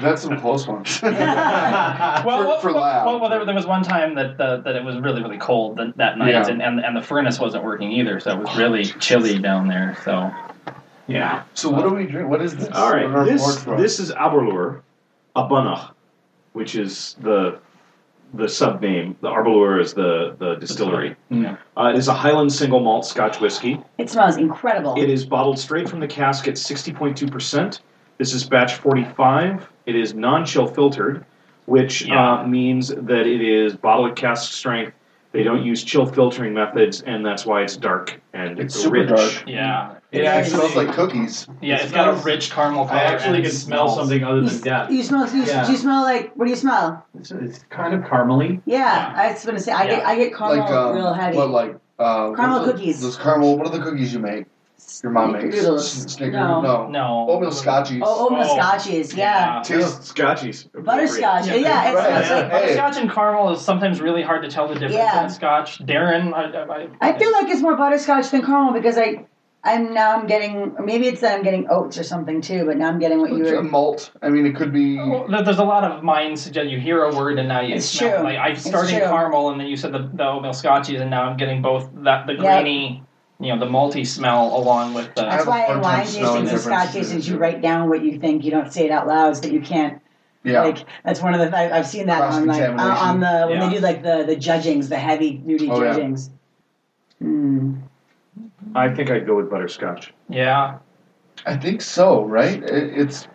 That's some close ones.
well,
for-
well,
for
well,
loud.
well, well, there, there was one time that the, that it was really really cold that, that night,
Yeah.
and, and and the furnace wasn't working either, so it was really chilly down there. So
yeah.
so what do we drink? What is this?
All
What are
right,
our
this
boards for?
this is Aberlour, Abanach, which is the the sub name. The Aberlour is the the distillery.
yeah.
Uh, it is a Highland single malt Scotch whiskey.
It smells incredible.
It is bottled straight from the cask at 60.2%. This is batch 45. It is non chill filtered, which
Yeah.
uh, means that it is bottle at cask strength. They don't use chill filtering methods, and that's why it's dark and
It's super
rich.
dark.
yeah,
It
It
actually
smells like cookies.
yeah,
It
it's got a
smells-
rich caramel color.
I actually
and it
can smell
smells-
something other
you,
than
s-
death.
you smell. You, s-
Yeah.
do you smell like what do you smell?
It's, it's kind of caramely.
Yeah,
Yeah.
I was gonna say I get
Yeah.
I get caramel
like um,
real heavy.
What like uh,
Caramel
what's the-
cookies.
Those caramel. What are the cookies you make? Your mom makes
Snickerdoodles.
Snickers.
No.
No.
No,
Oatmeal scotchies.
Oh, oatmeal
Oh.
scotches. Yeah,
Tastes
Scotchies.
butterscotch. Yeah,
Yeah.
yeah, it
Right.
smells like.
Hey.
Butterscotch and caramel is sometimes really hard to tell the difference
Yeah.
in scotch. Darren, I, I,
I feel like it's more butterscotch than caramel because I I'm now I'm getting maybe it's that I'm getting oats or something too, but now I'm getting what you
It's a
were.
malt. I mean, it could be.
Oh,
Well, there- there's a lot of minds suggest you hear a word and now you
It's
smell.
true.
Like I'm
It's
starting
true.
caramel and then you said the, the oatmeal scotchies and now I'm getting both that the
Yeah.
grainy, you know, the malty smell along with the.
That's
have a
why
hard
in
time
wine
smelling
tastings and scotch
differences.
tastings, you write down what you think. You don't say it out loud so that you can't.
Yeah.
Like that's one of the I, I've seen that on like uh,
Cross-contamination.
on the when
Yeah.
they do like the the judgings, the heavy duty
Oh, yeah.
judgings. Mm.
I think I'd go with butterscotch.
yeah,
I think so. Right. It, it's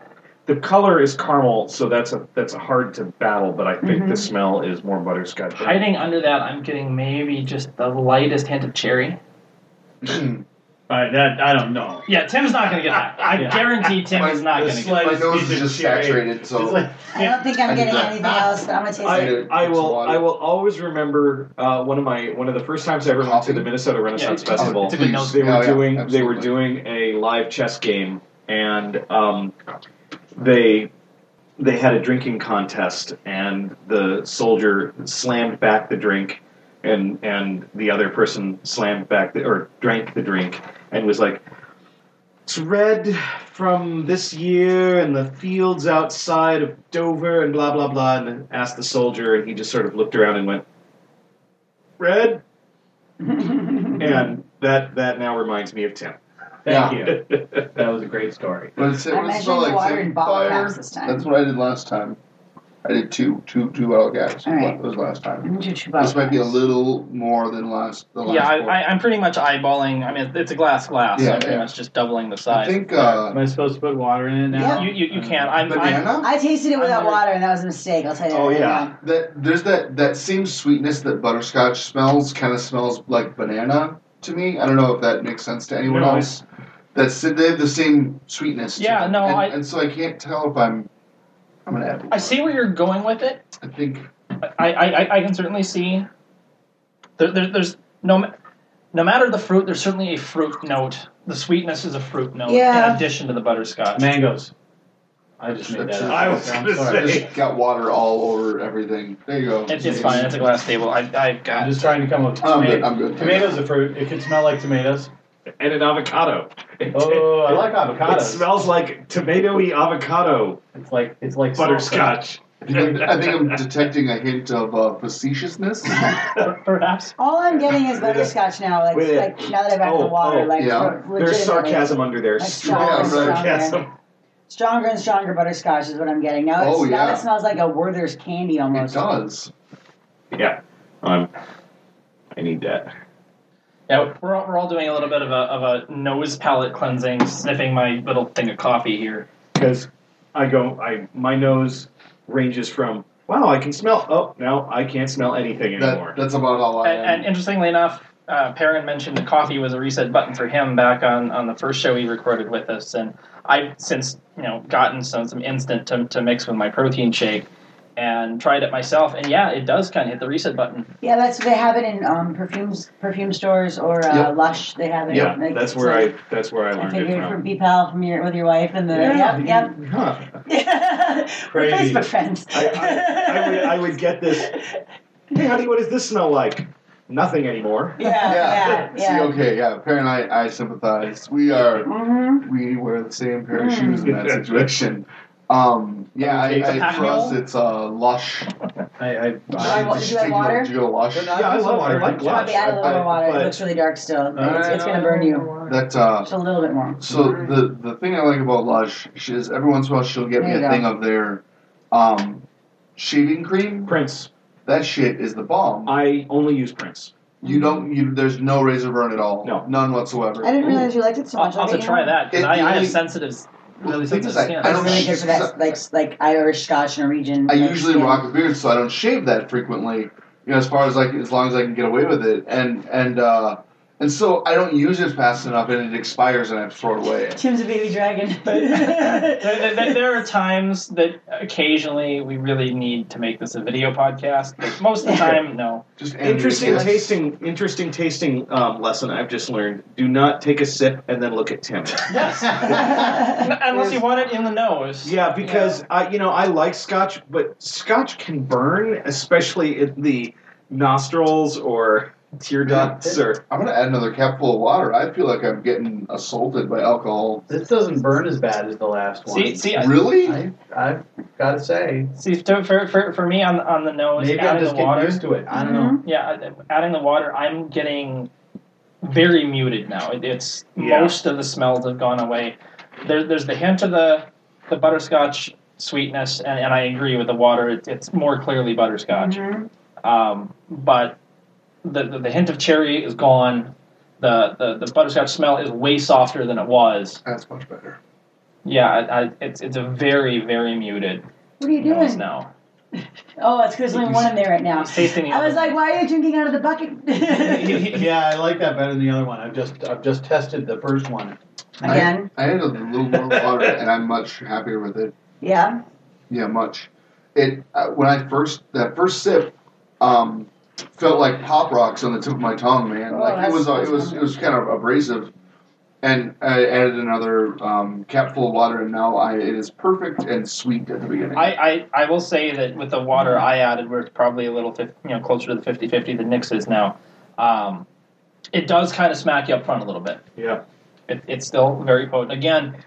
The color is caramel, so that's a that's a hard to battle. But I think the
Mhm.
smell is more butterscotch.
hiding under that, I'm getting maybe just the lightest hint of cherry.
I, that I don't know.
Yeah, Tim's not gonna get that. I
Yeah.
guarantee Tim
My-
is not
the
gonna get
slight-
that.
my
It's
nose is
just
just
cherry.
saturated. So
It's like,
I don't think I'm
I do
getting
that.
anything else. I'm gonna taste it.
I,
It's
I will.
water.
I will always remember uh, one of my one of the first times I ever went to
Coffee?
the Minnesota Renaissance
Yeah, it's-
Festival.
it's a good nose
They were
Oh, yeah,
doing they were
absolutely.
doing a live chess game, and um, they they had a drinking contest, and the soldier slammed back the drink, and and the other person slammed back the, or drank the drink, and was like. It's red from this year and the fields outside of Dover and blah blah blah. And then asked the soldier, and he just sort of looked around and went, "Red." and that that now reminds me of Tim.
Thank
Yeah.
you. That was a great story.
But it's, it
I'm
would smell
measuring the
like
water
zip
in bottle
fire.
caps this time.
That's what I did last time. I did two, two, two bottle caps.
All right.
That was last time.
I'm gonna do
This might be a
Chewbacca.
little more than last. The last
Yeah, I,
one.
I, I'm pretty much eyeballing. I mean, it's a glass glass. so
Yeah,
I'm pretty
yeah.
much just doubling the
I
size.
think. Uh,
Am I supposed to put water in it now?
you, you, you can't. I'm, I'm
banana.
I tasted it without
I'm gonna-
water, and that was a mistake. I'll tell you.
Oh,
that right
yeah.
now.
that there's that that same sweetness that butterscotch smells. Kind of smells like banana to me. I don't know if that makes sense to anyone
No, I-
else. That's they have the same sweetness. to
Yeah,
them.
no,
and,
I-
and so I can't tell if I'm. I'm an apple.
I see where you're going with it.
I think.
I, I, I- I can certainly see. There, there, there's no, ma- no matter the fruit. There's certainly a fruit note. The sweetness is a fruit note in
Yeah.
addition to the butterscotch.
Mangoes. I just made that up.
I
was
I'm
gonna
sorry.
I just got water all over everything. There you go.
It, it's fine. It's a glass table. I, I've
I'm
got.
just trying to come up with
I'm
tomato-
good. I'm good.
Tomatoes a fruit. It could smell like tomatoes.
And an avocado.
Oh, I like
It
avocados.
smells like tomatoey avocado
It's like it's like sulfur.
butterscotch.
I think I'm, I think I'm detecting a hint of uh, facetiousness.
Perhaps.
All I'm getting is butterscotch now. Like,
Wait a-
like now that I've had the
Oh,
water,
oh,
like
yeah.
le-
There's
legitimately.
sarcasm under there.
Like
Strong
sarcasm, yeah.
sarcasm.
Stronger and stronger butterscotch is what I'm getting now. It's,
Oh,
now
yeah.
it smells like a Werther's candy
it
almost.
does.
Yeah. Um, I need that.
Yeah, we're all, we're all doing a little bit of a, of a nose palate cleansing, sniffing my little thing of coffee here.
Because I go, I my nose ranges from, wow, I can smell. Oh, now I can't smell anything anymore.
That, that's about all I
And, and
am.
interestingly enough, uh, Perrin mentioned the coffee was a reset button for him back on, on the first show he recorded with us, and I've since you know gotten some some instant to, to mix with my protein shake, and tried it myself, and yeah, it does kind of hit the reset button.
Yeah, that's they have it in um, perfumes, perfume stores or uh,
Yep.
Lush. They have it.
yeah,
like,
that's where
so
I that's where I
I
learned
figured
it
from
from.
BPAL from your with your wife and the
Yeah.
yep yep.
Huh.
We're
Crazy.
Facebook friends.
I, I, I, would, I would get this. Hey, honey, what does this smell like? Nothing anymore.
yeah, yeah,
yeah.
yeah.
See, okay, yeah. Perrin, I, I sympathize. We are
Mm-hmm.
we wear the same pair of
Mm.
shoes in that situation. Um, yeah, I,
Okay,
I
so-
trust it's uh, lush.
I, I,
I want-
Just
do I
take a-
water?
Did you go lush?
They're
Yeah,
not-
I love I like
I'll
Lush.
be add a little
I-
more water.
but-
it looks really dark still.
uh,
It's, it's gonna burn you.
That uh,
Just a little bit more.
so the the thing I like about Lush is every once in a while she'll get me
There
a
you go.
thing of their um, shaving cream.
Prince.
That shit is the bomb.
I only use Prince.
You don't. You, there's no razor burn at all.
No. none
none whatsoever.
I didn't realize you liked it so
I'll
much.
have to
Look at
try
you.
that because
It-
I, I have
really-
sensitive, really
The thing is,
sensitive skin.
I
It's
don't
really good for that, like like Irish, Scotch, Norwegian.
I
like,
usually
skin.
rock a beard, so I don't shave that frequently. You know, as far as like as long as I can get away with it, and and uh, and so I don't use it fast enough, and it expires, and I have to throw it away.
Tim's a baby dragon.
there, there- there- there are times that occasionally we really need to make this a video podcast, but most of the time, no.
Just end it
Interesting
because-
tasting. Interesting tasting um, lesson I've just learned. Do not take a sip and then look at Tim.
Yes,
Yes.
unless you want it in the nose.
Yeah, because I, you know, I like Scotch, but Scotch can burn, especially in the nostrils or tear ducts or.
I'm gonna add another cap full of water. I feel like I'm getting assaulted by alcohol.
this doesn't burn as bad as the last one.
See, see, I-
Really?
I, I've got to say,
see, to- for, for, for me on on the nose,
maybe I'm
adding
just
the
getting
water.
used to it. I don't know.
Yeah, uh, adding the water, I'm getting very muted now. It, it's
Yeah.
most of the smells have gone away. There, there's the hint of the the butterscotch sweetness, and, and I agree with the water. It, it's more clearly butterscotch.
Mhm.
Um, but the, the the hint of cherry is gone. The, the the butterscotch smell is way softer than it was.
That's much better.
Yeah, I, I, it's it's a very very muted
What are you
nose
doing?
now.
Oh, it's because there's only one in there right now.
He's tasting the
I was
other-
like, why are you drinking out of the bucket? Mm-hmm.
Yeah, I like that better than the other one. I've just I've just tested the first one.
Again,
I added a little more water, and I'm much happier with it.
yeah.
Yeah, much. It uh, when I first that first sip, um, felt like pop rocks on the tip of my tongue, man.
Oh,
like it
that's-
was uh,
that's
it was it was kind of abrasive. And I added another um, cap full of water, and now I, it is perfect and sweet at the beginning.
I, I, I will say that with the water I added, where it's probably a little fif- you know closer to the 50-50 than Nick's is now, um, it does kind of smack you up front a little bit.
Yeah.
It, it's still very potent. Again,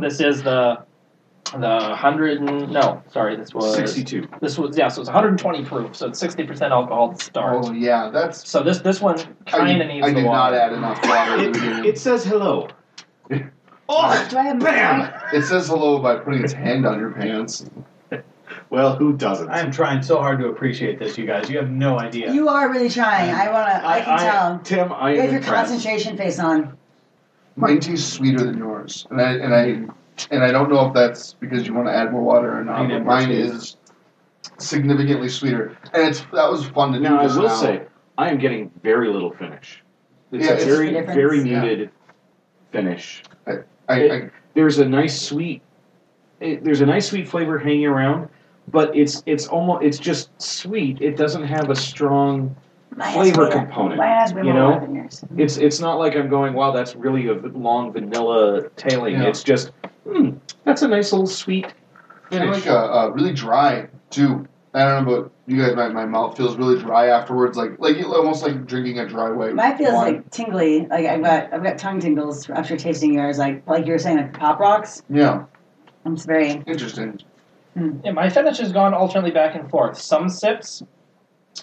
this is the the hundred and, no sorry this was
Sixty-two.
this was yeah so it's 120 proof so it's 60 percent alcohol to start.
oh yeah, that's
So this this one
I
kind
did,
of needs
I
the
did
water.
not add enough water at the
It,
beginning.
it says hello. oh,
Do I have
bam!
it says hello by putting its hand on your pants.
Well, who doesn't?
I am trying so hard to appreciate this, you guys. You have no idea.
You are really trying. I wanna. I, can tell.
Tim, I
You
am
have your
impressed.
concentration face on.
Mine tastes sweeter than yours, and I and I and I don't know if that's because you want to add more water or not.
Mine
But
had
mine
more
is significantly sweeter, and it's that was fun to
Now,
do.
I
just
will
now.
say, I am getting very little finish. It's
Yeah,
a
it's-
very,
The difference,
very
yeah.
muted finish.
I, I,
it- there's a nice sweet it, there's a nice sweet flavor hanging around but it's it's almost it's just sweet it doesn't have a strong
My
Flavor
ass, yeah.
component,
My ass, way
you
more
know?
water than yours.
it's it's not like i'm going wow that's really a v- long vanilla tailing
Yeah.
it's just hmm, that's a nice little sweet
feel
finish
like a, uh really dry too. I don't know, but you guys, my, my mouth feels really dry afterwards, like like almost like drinking a dry white.
Mine feels
wine.
like tingly. Like I've got, I've got tongue tingles after tasting yours. Like, like you were saying, like pop rocks.
yeah,
I'm very.
interesting.
Yeah, my finish has gone alternately back and forth. Some sips,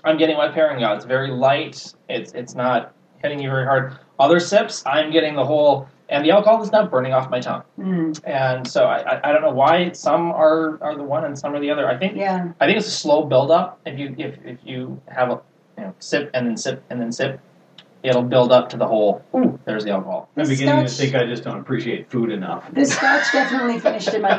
I'm getting my pairing out. It's very light. It's it's not hitting you very hard. Other sips, I'm getting the whole, and the alcohol is not burning off my tongue.
Mm,
And so I, I, I don't know why some are, are the one and some are the other. I think
yeah.
I think it's a slow build up. If you if, if you have a you know, sip and then sip and then sip, it'll build up to the whole. Ooh, there's the alcohol.
I'm
The
beginning to
scotch-
think I just don't appreciate food enough.
The scotch definitely finished in my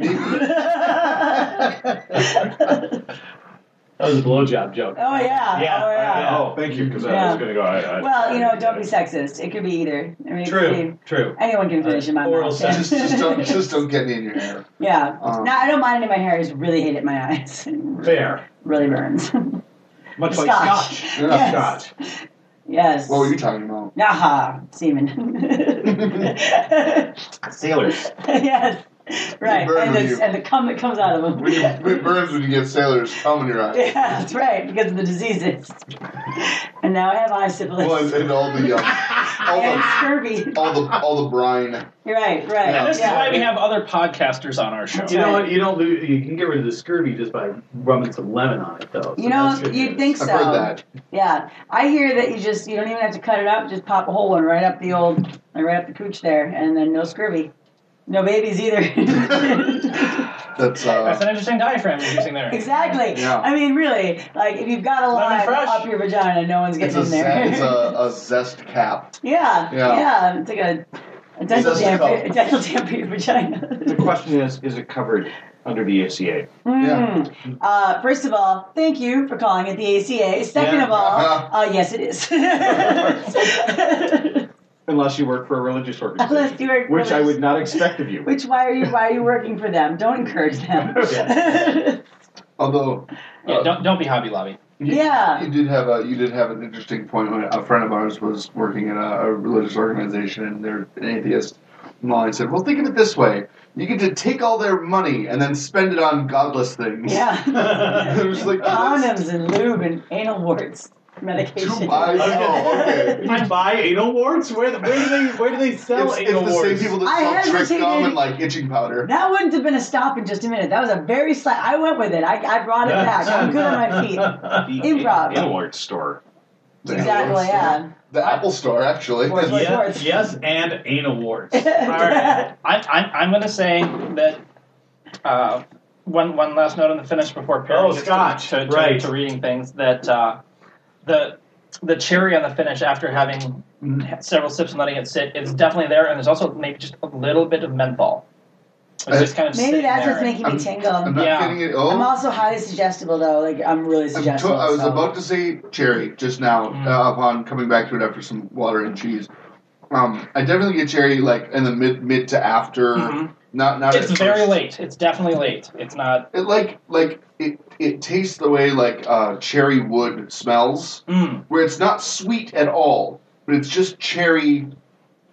mouth. Oh,
That was a blowjob joke.
oh yeah. Oh yeah.
Yeah.
Oh, thank you, because I
Yeah.
was going to go. I, I,
Well, you
I-
know, don't be sexist. It could be either. I mean, it could
True,
be,
true.
anyone can finish in my
Oral
mouth.
sex.
just, just don't just don't get me in your hair.
yeah.
Um,
No, I don't mind it in my hair. I just really hate it in my eyes. It
Fair.
really burns.
Much
Scotch.
like scotch.
Yes.
Scotch.
yes.
What were you talking about?
Aha, semen.
Sailors.
yes. Right.
burn
And
when
the,
you-
and the cum that comes out of them.
When you, it burns when you get sailors cum in your eyes.
Yeah, that's right, because of the diseases. and now I have eye syphilis.
Well, and, and all the uh, all
and
the
scurvy.
all the all the brine.
You're right, right.
Yeah.
Yeah.
This is why we have other podcasters on our show.
That's
You know
right.
what? You don't lose. You can get rid of the scurvy just by rubbing some lemon on it, though.
You know,
you
you'd think
I've
so.
heard that.
Yeah, I hear that you just you don't even have to cut it up; just pop a whole one right up the old, right up the cooch there, and then no scurvy, no babies either.
That's uh,
That's an interesting diaphragm you're using there.
exactly.
Yeah.
I mean, really, like if you've got a
Lemon
line
fresh.
up your vagina, no one's
it's
getting
a
in there.
ze- it's a, a zest cap.
yeah,
Yeah.
yeah, it's like a, a dental
It's a
tamper,
skull.
a dental tamper your vagina.
The question is, is it covered under the ACA?
Mm. Uh, first of all, thank you for calling it the ACA. Second
Yeah.
of all,
Uh-huh.
uh, yes, it is.
Unless you work for a religious organization,
Unless you were,
which I would not expect of you.
Which why are you why are you working for them? Don't encourage them.
Although
Oh.
Yeah, don't, don't be Hobby Lobby.
You-
Yeah.
you did have a you did have an interesting point when a friend of ours was working in a, a religious organization and they're an atheist. And I said, "Well, think of it this way: you get to take all their money and then spend it on godless things."
yeah.
it was like oh, that's
Condoms and lube and anal warts medication.
two buys. Oh, okay.
You buy anal warts? Where, the, where do they where do they sell
It's, it's
anal
the
warts?
same people
I
that sell
hesitated.
trick gum and like itching powder.
That wouldn't have been a stop in just a minute. That was a very slight. I went with it. I, I brought it back. I'm good on my feet.
The
Improv.
Inward store.
Exactly. Yeah.
The Apple Store, actually.
Or-
That's-
Yeah,
warts.
yes, and anal warts. All right.
I, I, I'm going to say that uh, one one last note on the finish before Perry
Oh,
gets
scotch,
to, to, to-
right.
to reading things that uh, the the cherry on the finish after having several sips and letting it sit it's definitely there and there's also maybe just a little bit of menthol. It's just kind of
Maybe
sitting
that's
there.
what's making me tingle.
I'm not
Yeah.
getting it. Oh,
I'm also highly suggestible though. Like I'm really
I'm to-
suggestible.
I was
so-
about to say cherry just now
Mm.
uh, upon coming back to it after some water and cheese. Um, I definitely get cherry like in the mid mid to after.
Mhm.
Not not.
It's
at
very
first.
late. It's definitely late. It's not.
It like like it it tastes the way like uh, cherry wood smells,
Mm,
where it's not sweet at all, but it's just cherry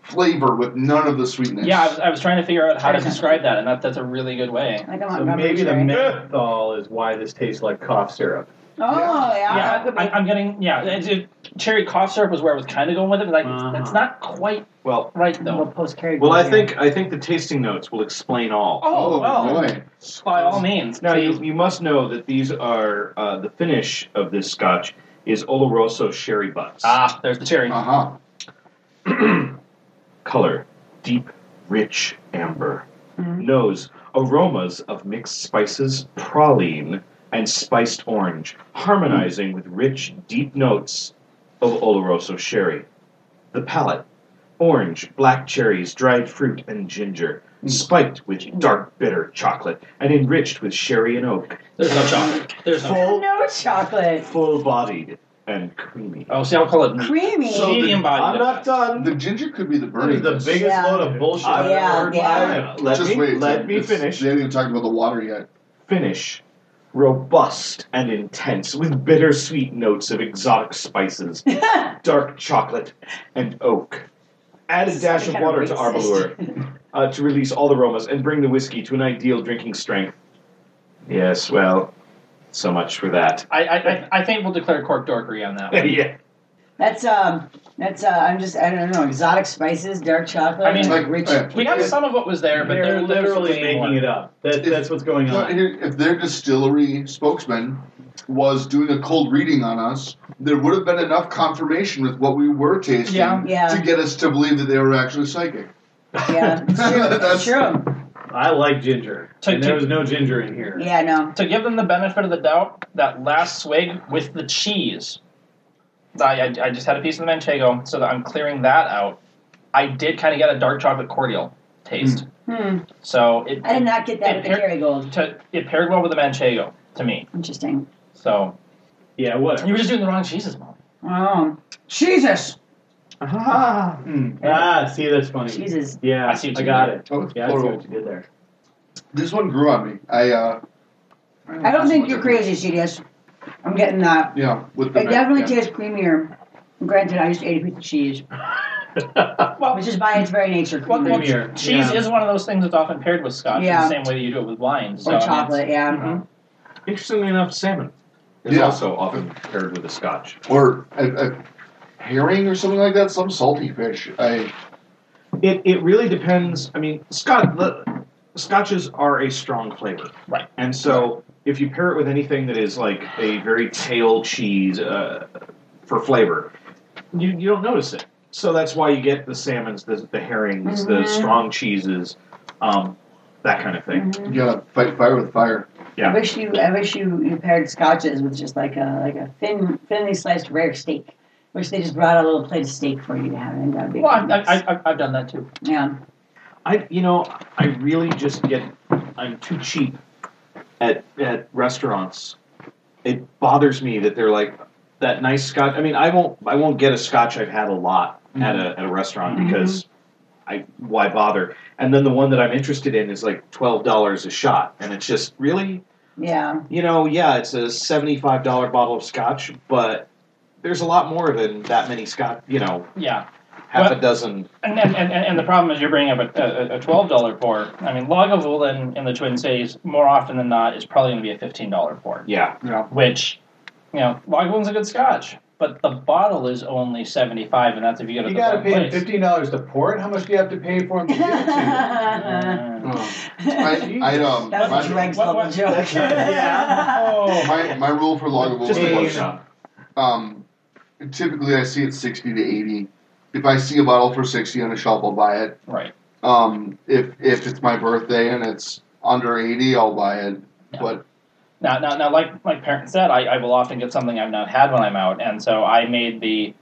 flavor with none of the sweetness.
yeah, I was, I was trying to figure out how to
Okay.
describe that, and that, that's a really good way.
Like I'm
So
Montgomery
maybe the
Cherry.
menthol is why this tastes like cough syrup.
Oh yeah. that
yeah,
could be-
I, I'm getting yeah. it's- it- cherry cough syrup was where I was kind of going with it. But like,
Uh-huh.
that's not quite
Well,
right
Well,
though.
post carry.
well, I think I think the tasting notes will explain all.
Oh,
Oh,
well,
boy.
by all means.
Now you,
please.
you must know that these are uh, the finish of this scotch is Oloroso sherry butts.
ah, there's the cherry.
Uh huh.
Color deep, rich amber.
Mhm.
Nose aromas of mixed spices, praline, and spiced orange, harmonizing with rich, deep notes of Oloroso sherry. The palate orange, black cherries, dried fruit, and ginger, spiked with dark, bitter chocolate, and enriched with sherry and oak.
There's no chocolate. There's no.
Full
no chocolate.
full bodied and creamy.
Oh, see, I'll call it
Creamy.
So the-
medium body.
I'm not done.
The ginger could be the
That is
burning.
the biggest
Yeah.
load of bullshit I've
Yeah,
ever heard in my
yeah.
life.
Let
Just
me,
wait.
let me
It's-
finish.
They haven't even talked about the water yet.
Finish. Robust and intense, with bittersweet notes of exotic spices, dark chocolate, and oak. Add a dash of
Kinda
water to
racist.
Arbalure uh, to release all the aromas and bring the whiskey to an ideal drinking strength. Yes, well, so much for that.
I, I, I- I think we'll declare cork dorkery on that one.
yeah.
That's um, that's uh, I'm just I don't know exotic spices, dark chocolate.
I mean,
and,
Like,
rich.
uh,
We have some of what was there, but
They're literally making it up. That,
If-
that's what's going
No,
on.
here- If their distillery spokesman was doing a cold reading on us, there would have been enough confirmation with what we were tasting
Yeah.
Yeah.
to get us to believe that they were actually psychic.
yeah, it's true.
That's-
It's true.
I like ginger.
To-
and
to-
there was no ginger in here.
Yeah, no.
To give them the benefit of the doubt, that last swig with the cheese, I, I, I just had a piece of the manchego, so that I'm clearing that out. I did kind of get a dark chocolate cordial taste,
Hmm.
so it
I did not get that at the
Here-
Kerrygold.
to, it paired well with the manchego to me.
Interesting.
So
Yeah, whatever.
you were just doing the wrong cheeses, mom.
Oh, Jesus,
Mm. Ah, see, that's funny.
Jesus.
Yeah,
I see what you
got
did.
it.
Oh, it's
Yeah, I see
plural.
what you did there.
This one grew on me. I uh,
I don't think you're crazy, CDS. I'm getting that.
Yeah, with the
It definitely
yeah.
tastes creamier. Granted, I just ate a piece of cheese,
Well,
which is by its very nature
well,
creamy.
well,
Creamier,
ch- cheese
yeah.
is one of those things that's often paired with scotch, in
Yeah.
the same way that you do it with wine. So
or chocolate, yeah.
Uh-huh. Interestingly enough, salmon is
Mm-hmm. Yeah.
also often paired with a scotch.
or a, a herring or something like that. Some salty fish. I
It, it really depends. I mean, scotch the, scotches are a strong flavor,
Right.
And so if you pair it with anything that is like a very pale cheese uh, for flavor, you you don't notice it. So that's why you get the salmons, the, the herrings,
Mhm.
the strong cheeses, um, that kind of thing.
Mhm.
you gotta fight fire with fire.
I wish you, I wish you, you paired scotches with just like a like a thin, thinly sliced rare steak. Wish they just brought a little plate of steak for you to have. And that'd be
Well, I, I, I, I've done that too.
yeah,
I you know I really just get I'm too cheap at at restaurants. It bothers me that they're like that nice scotch. I mean, I won't I won't get a scotch I've had a lot at a at a restaurant because I why bother? And then the one that I'm interested in is like twelve dollars a shot, and it's just really
yeah.
you know yeah it's a seventy five dollar bottle of scotch, but there's a lot more than that many scotch. You know,
Yeah.
half
Well-
a dozen.
And, and, and, and the problem is you're bringing up a, a, a $12 pour. I mean, Lagavulin in the Twin Cities, more often than not, is probably going to be a $15 pour,
Yeah,
Yeah,
which, you know, Lagavulin's a good scotch, but the bottle is only 75 and that's if you get it
You
at the wrong
got to pay them
place.
fifteen dollars to pour it. How much do you have to pay for them to give it to
Uh-uh.
Uh,
Uh, I, I um.
that was a
My,
Greg's
what-
level
what-
joke.
Yeah.
oh,
my, my rule for
you?
Lagavulin
Just a
Hey,
was-
one
you know.
shot.
Um, typically, I see it sixty to eighty. If I see a bottle for sixty on a shelf, I'll buy it.
right.
Um, if if it's my birthday and it's under eighty, I'll buy it.
Yeah.
But
Now, now, now like my parents said, I, I will often get something I've not had when I'm out. And so I made the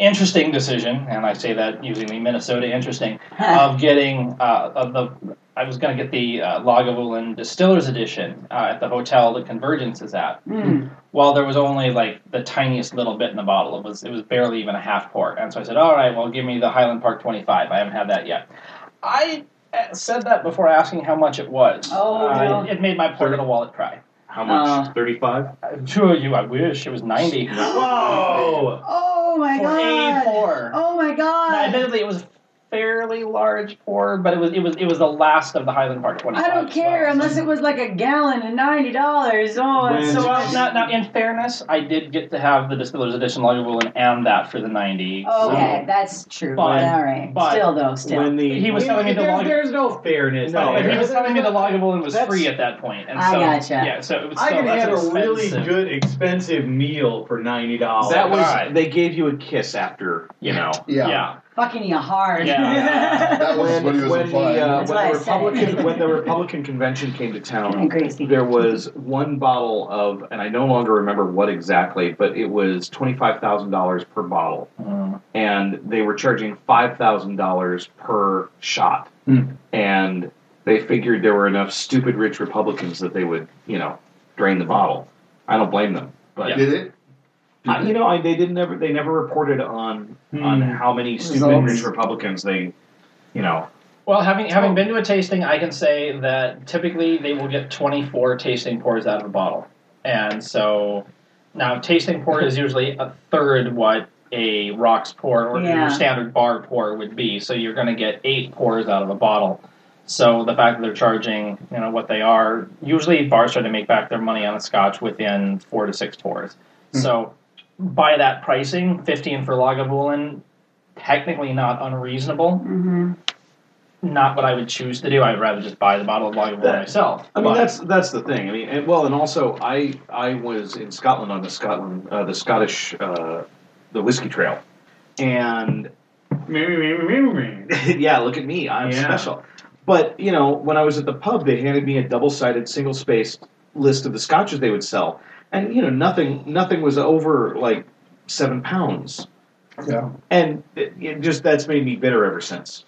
interesting decision, and I say that using the Minnesota interesting, of getting uh, of the I was going to get the uh, Lagavulin Distillers Edition uh, at the hotel that Convergence is at.
Mm.
Well, there was only like the tiniest little bit in the bottle. It was it was barely even a half quart, and so I said, "All right, well, give me the Highland Park 25. I haven't had that yet." I uh, said that before asking how much it was.
Oh,
Uh,
no.
it, it made my poor little wallet cry.
How
Uh.
much? Thirty five.
Uh, To you, I wish it was 90
Whoa!
Oh my
for a
god!
pour.
Oh my
Now,
god!
admittedly, it was fairly large pour, but it was it was it was the last of the Highland Park twenty.
I don't care unless it was like a gallon and ninety dollars. Oh, it's so
When-
Well, now, now, in fairness, I did get to have the Distillers Edition Lagavulin and that for the ninety.
Okay, that's true.
Fine.
All right.
Oh. But-
still though, still.
When the
He was
Wait,
telling me the
there's,
log-
there's no fairness.
No.
there.
And he was telling me the Lagavulin was
That's-
free at that point, and
I
so
gotcha.
yeah, so it was
I
still,
can
that's
have a really
expensive.
good, expensive meal for ninety dollars.
That was
Alright.
they gave you a kiss after you know.
yeah,
yeah.
Fucking you hard.
Yeah.
that was
When,
what he was
when the,
implying.
uh,
That's why
when, the
I said it.
Republican, when the Republican convention came to
I
town,
agree, Steve.
there was one bottle of, and I no longer remember what exactly, but it was $25,000 per bottle. And they were charging $5,000 per shot.
Hmm.
And they figured there were enough stupid rich Republicans that they would, you know, drain the bottle. I don't blame them. But
Yeah.
Did it?
I, you know, I, they didn't ever they never reported on
Hmm.
on how many stupid
Results.
rich Republicans they, you know,
Well, having having been to a tasting, I can say that typically they will get 24 tasting pours out of a bottle, and so now tasting pour is usually a third what a rocks pour or
Yeah.
your standard bar pour would be. So you're going to get eight pours out of a bottle. So the fact that they're charging, you know, what they are, usually bars try to make back their money on a scotch within four to six pours. So by that pricing, 15 for Lagavulin, technically not unreasonable.
Mm-hmm.
Not what I would choose to do. I'd rather just buy the bottle of Lagavulin
That-
myself.
I mean,
But-
that's that's the thing. I mean, and, well, and also I I was in Scotland on the Scotland uh, the Scottish uh, the whiskey trail, and yeah, look at me, I'm
Yeah.
special. But you know, when I was at the pub, they handed me a double sided single spaced list of the scotches they would sell, and you know, nothing nothing was over like seven pounds,
Yeah.
and it, it just that's made me bitter ever since.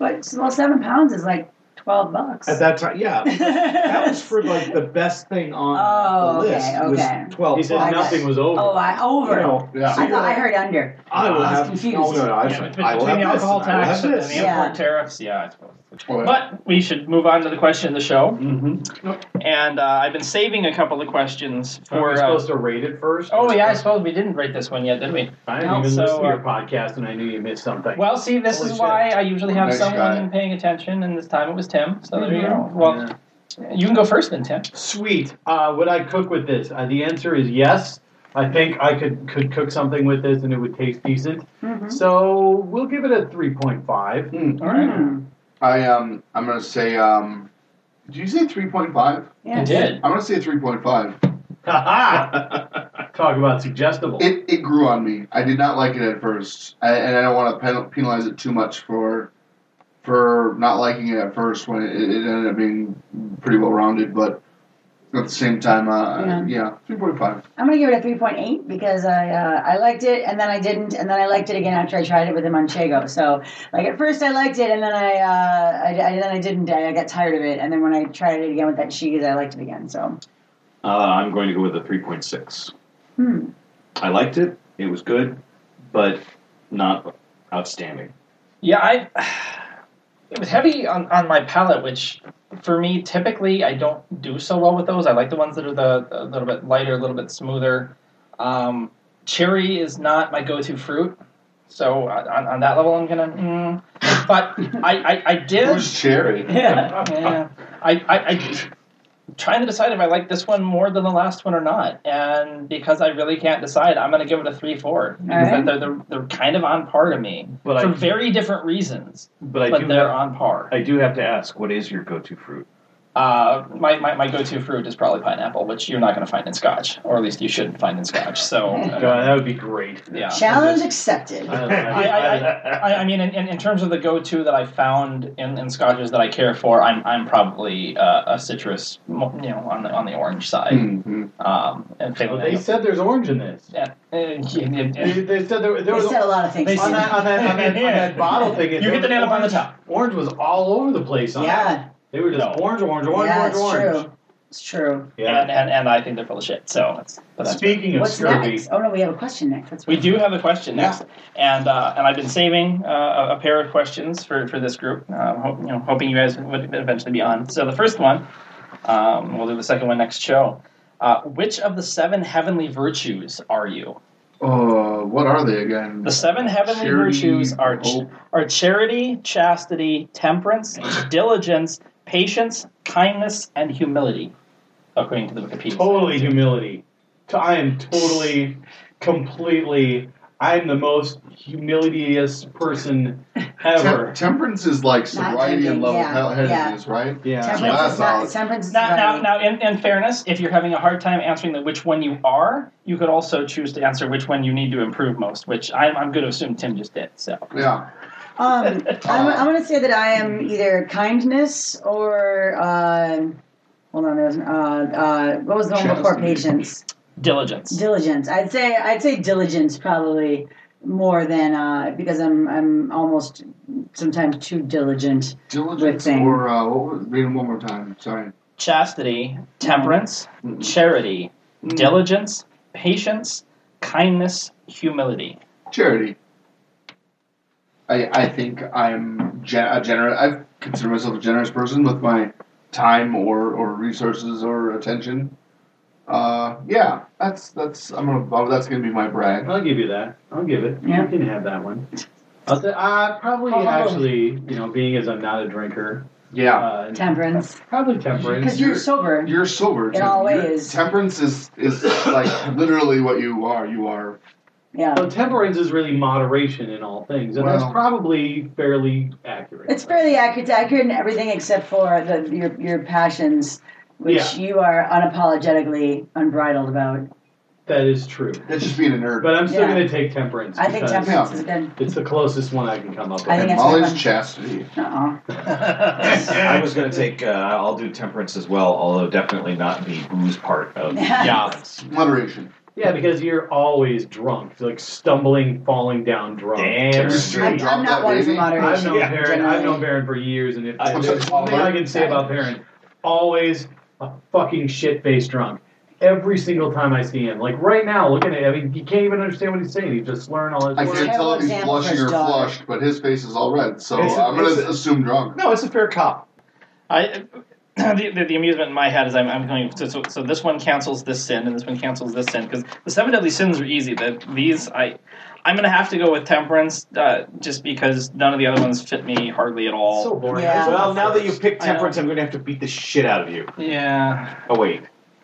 But well, seven pounds is like twelve bucks.
At that time, yeah. That was for like the best thing on
Oh,
the
okay,
list. It was
okay.
twelve.
He said
bucks.
nothing was over.
oh, I
You
over.
know,
Yeah.
so
I
you're
thought I
like,
heard under.
I will
I was
have.
confused.
No, no, no. I,
Yeah, but
I will
between
have
the
this,
alcohol
and I will
tax
have
and
this.
the import
Yeah.
tariffs, yeah, I suppose.
Well,
But we should move on to the question of the show.
Mm-hmm.
Mhm.
And uh, I've been saving a couple of questions
We're
for. Uh,
supposed to rate it first.
oh, yeah, I suppose we didn't rate this one yet, did we?
I didn't
No,
even
so,
listen to your
uh,
podcast, and I knew you missed something.
Well, see, this
Holy
is
shit.
why I usually have
Nice
someone
guy.
paying attention, and this time it was Tim. So there you go.
Mhm.
Well,
Yeah.
you can go first then, Tim.
sweet. Uh, would I cook with this? Uh, the answer is yes. I think I could could cook something with this, and it would taste decent.
Mm-hmm.
Mhm.
So we'll give it a three point five.
hmm.
All right.
Mm.
I um I'm gonna say um did you say three point five?
You
Yeah.
did.
I'm gonna say three point five.
Talk about suggestible.
It it grew on me. I did not like it at first, I, and I don't want to pen, penalize it too much for for not liking it at first when it, it ended up being pretty well rounded. But at the same time, uh,
Yeah.
yeah, three point five.
I'm gonna give it a 3.8 because I uh, I liked it and then I didn't and then I liked it again after I tried it with the Manchego. So like at first I liked it and then I, uh, I, I- then I didn't. I, I got tired of it and then when I tried it again with that cheese, I liked it again. So
Uh, I'm going to go with a 3.6.
hmm.
I liked it. It was good, but not outstanding.
Yeah, I. It was heavy on, on my palate, which for me typically I don't do so well with those. I like the ones that are the a little bit lighter, a little bit smoother. Um, cherry is not my go-to fruit, so on, on- on that level I'm gonna. Mm. But I I, I did.
Who's cherry?
Yeah, yeah. I, I, I trying to decide if I like this one more than the last one or not, and because I really can't decide, I'm going to give it a three four because
Alright.
they're, they're they're kind of on par to me
But
for
I-
very different reasons,
But I
but
do.
they're
Have,
on par.
I do have to ask, what is your go-to fruit?
Uh, my, my, my go-to fruit is probably pineapple, which you're not going to find in Scotch, or at least you shouldn't find in Scotch. So, uh,
God, that would be great.
yeah.
challenge accepted.
I,
I, I mean, in, in, in terms of the go-to that I found in, in scotches that I care for, I'm I'm probably uh, a citrus, mo- you know, on the on the orange side.
hmm
Mm-hmm.
Um, and
Well,
failing
they
that-
said there's orange in this.
yeah, uh,
They,
yeah,
they said there, there
They
was
said a lot of things.
they
to
on
me.
that on that, on that, on that bottle thing. it-
You hit the nail upon the top.
Orange was all over the place. On it.
yeah,
they were just
No.
orange, orange, orange,
yeah,
orange,
it's
orange.
true. It's true.
Yeah.
And, and and I think they're full of shit. So that's, but that's
Speaking of
What's
scurvy,
next? Oh no, we have a question next. That's
we
right.
do have a question next, and uh, and I've been saving uh, a- a pair of questions for, for this group. Uh, hope, you know, hoping you guys would eventually be on. So the first one, um, we'll do the second one next show. Uh, which of the seven heavenly virtues are you?
Oh, what are they again?
The seven heavenly
Charity,
virtues are ch-
hope.
are charity, chastity, temperance, diligence, patience, kindness, and humility, according to the Wikipedia.
totally humility. To- I am totally, completely. I'm the most humilious person ever.
Tem- temperance is like sobriety
drinking,
and level
yeah,
headedness, right?
Yeah.
Temperance
That's
is not.
all.
Temperance is
Now, now,
right.
now in, in fairness, if you're having a hard time answering the which one you are, you could also choose to answer which one you need to improve most, which I'm, I'm going to assume Tim just did. So
Yeah.
Um, I'm, I'm going to say that I am either kindness or uh, hold on. There's uh, uh, what was the one before
Chastity.
patience?
diligence.
Diligence. I'd say I'd say diligence probably more than uh, because I'm I'm almost sometimes too diligent. Good
Diligence
thing.
or uh, what was, read them one more time. Sorry.
Chastity, temperance,
Mm.
charity,
Mm.
diligence, patience, kindness, humility.
charity. I I think I'm gen- a generous. I consider myself a generous person with my time or, or resources or attention. Uh, yeah, that's that's I'm gonna oh, that's gonna be my brag.
I'll give you that. I'll give it.
Yeah.
You can have that one. I'll say, uh, probably
Oh.
actually, you know, being as I'm not a drinker,
Yeah.
Uh,
Temperance.
Probably temperance.
Because you're sober.
You're sober.
It
too.
always-
You're- Temperance is is like literally what you are. You are.
yeah.
Well, temperance is really moderation in all things, and
Well-
that's probably fairly accurate.
It's fairly accurate, accurate in everything except for the, your your passions, which
Yeah.
you are unapologetically unbridled about.
That is true.
That's just being a nerd.
But I'm still
Yeah.
going to take temperance.
I think
because
temperance
Yeah.
is good.
It's the closest one I can come up with.
I
and
think that's
Molly's
what I'm-
chastity.
Uh-uh.
I was going to take. Uh, I'll do temperance as well, although definitely not the booze part of temperance.
Moderation.
yeah, because you're always drunk, like stumbling, falling down drunk.
Damn
Terrence.
straight.
I'm,
drop
I'm not
that
one for
baby. I've
moderation.
I've known
Yeah.
Perrin. I've
generally.
known Perrin for years, and if
I-
if there's one thing I can say about Perrin, always a fucking shit faced drunk. Every single time I see him, like right now, looking at, I mean, you can't even understand what he's saying. He's just slurring all his
I
words.
can't tell if he's
Terrible example
blushing
for
or
his daughter.
flushed, but his face is all red, so
It's a-
I'm going
it's
to
a-
assume drunk.
No, it's a fair cop.
I, the, the, the amusement in my head is I'm, I'm going so, so, so this one cancels this sin and this one cancels this sin because the seven deadly sins are easy. That these I I'm gonna have to go with temperance uh, just because none of the other ones fit me hardly at all.
so boring.
Yeah.
Well, now that you picked
I know.
temperance, I'm going to have to beat the shit out of you.
yeah,
Oh wait,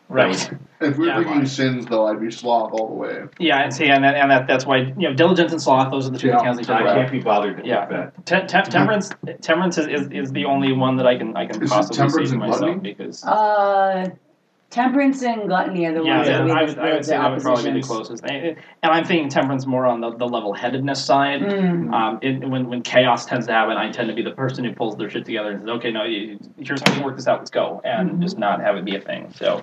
right.
If we
Yeah,
were picking
why?
sins, though, I'd be sloth all the way.
Yeah, and see, and that, and that that's why you know diligence and sloth those are the two
Yeah,
that cancel each
I
other. out.
can't be bothered with
Yeah.
that.
Tem- tem- temperance temperance is, is, is the only one that I can I can
Is it
possibly
temperance
see for
and
myself
gluttony?
because.
Uh, temperance and gluttony are the
Yeah,
ones that
yeah,
we
I,
the,
would, I would
the
say that would probably be the
oppositions.
closest. And and I'm thinking temperance more on the, the level headedness side.
Mm.
Um, it, when, when chaos tends to happen, I tend to be the person who pulls their shit together and says, okay, no, you, here's how we work this out, let's go, and
Mhm.
just not have it be a thing. So,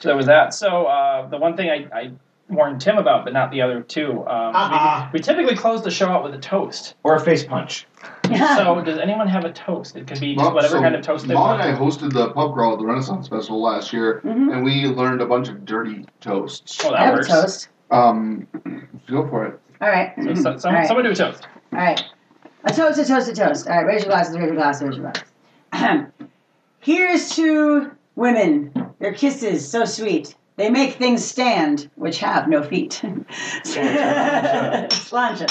so there was that. So, uh, the one thing I, I warned Tim about, but not the other two, um,
Uh-huh.
Uh-uh.
we, we typically close the show out with a toast.
Or a face punch.
Hmm.
So, does anyone have a toast? It could be just
Well,
whatever
so
kind of toast they
Mom and I
want.
hosted the pub crawl at the Renaissance Festival last year,
Mhm.
and we learned a bunch of dirty toasts.
Oh,
I
that
have a
works.
toast.
Um, go for it.
All right.
So, so, so,
All right.
Someone do a toast.
All right. A toast, a toast, a toast. All right, raise your glasses, raise your glasses, raise your glasses. Here's to women, their kisses so sweet. They make things stand which have no feet. It's Lawn chair.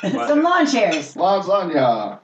Some lawn chairs.
Lasagna.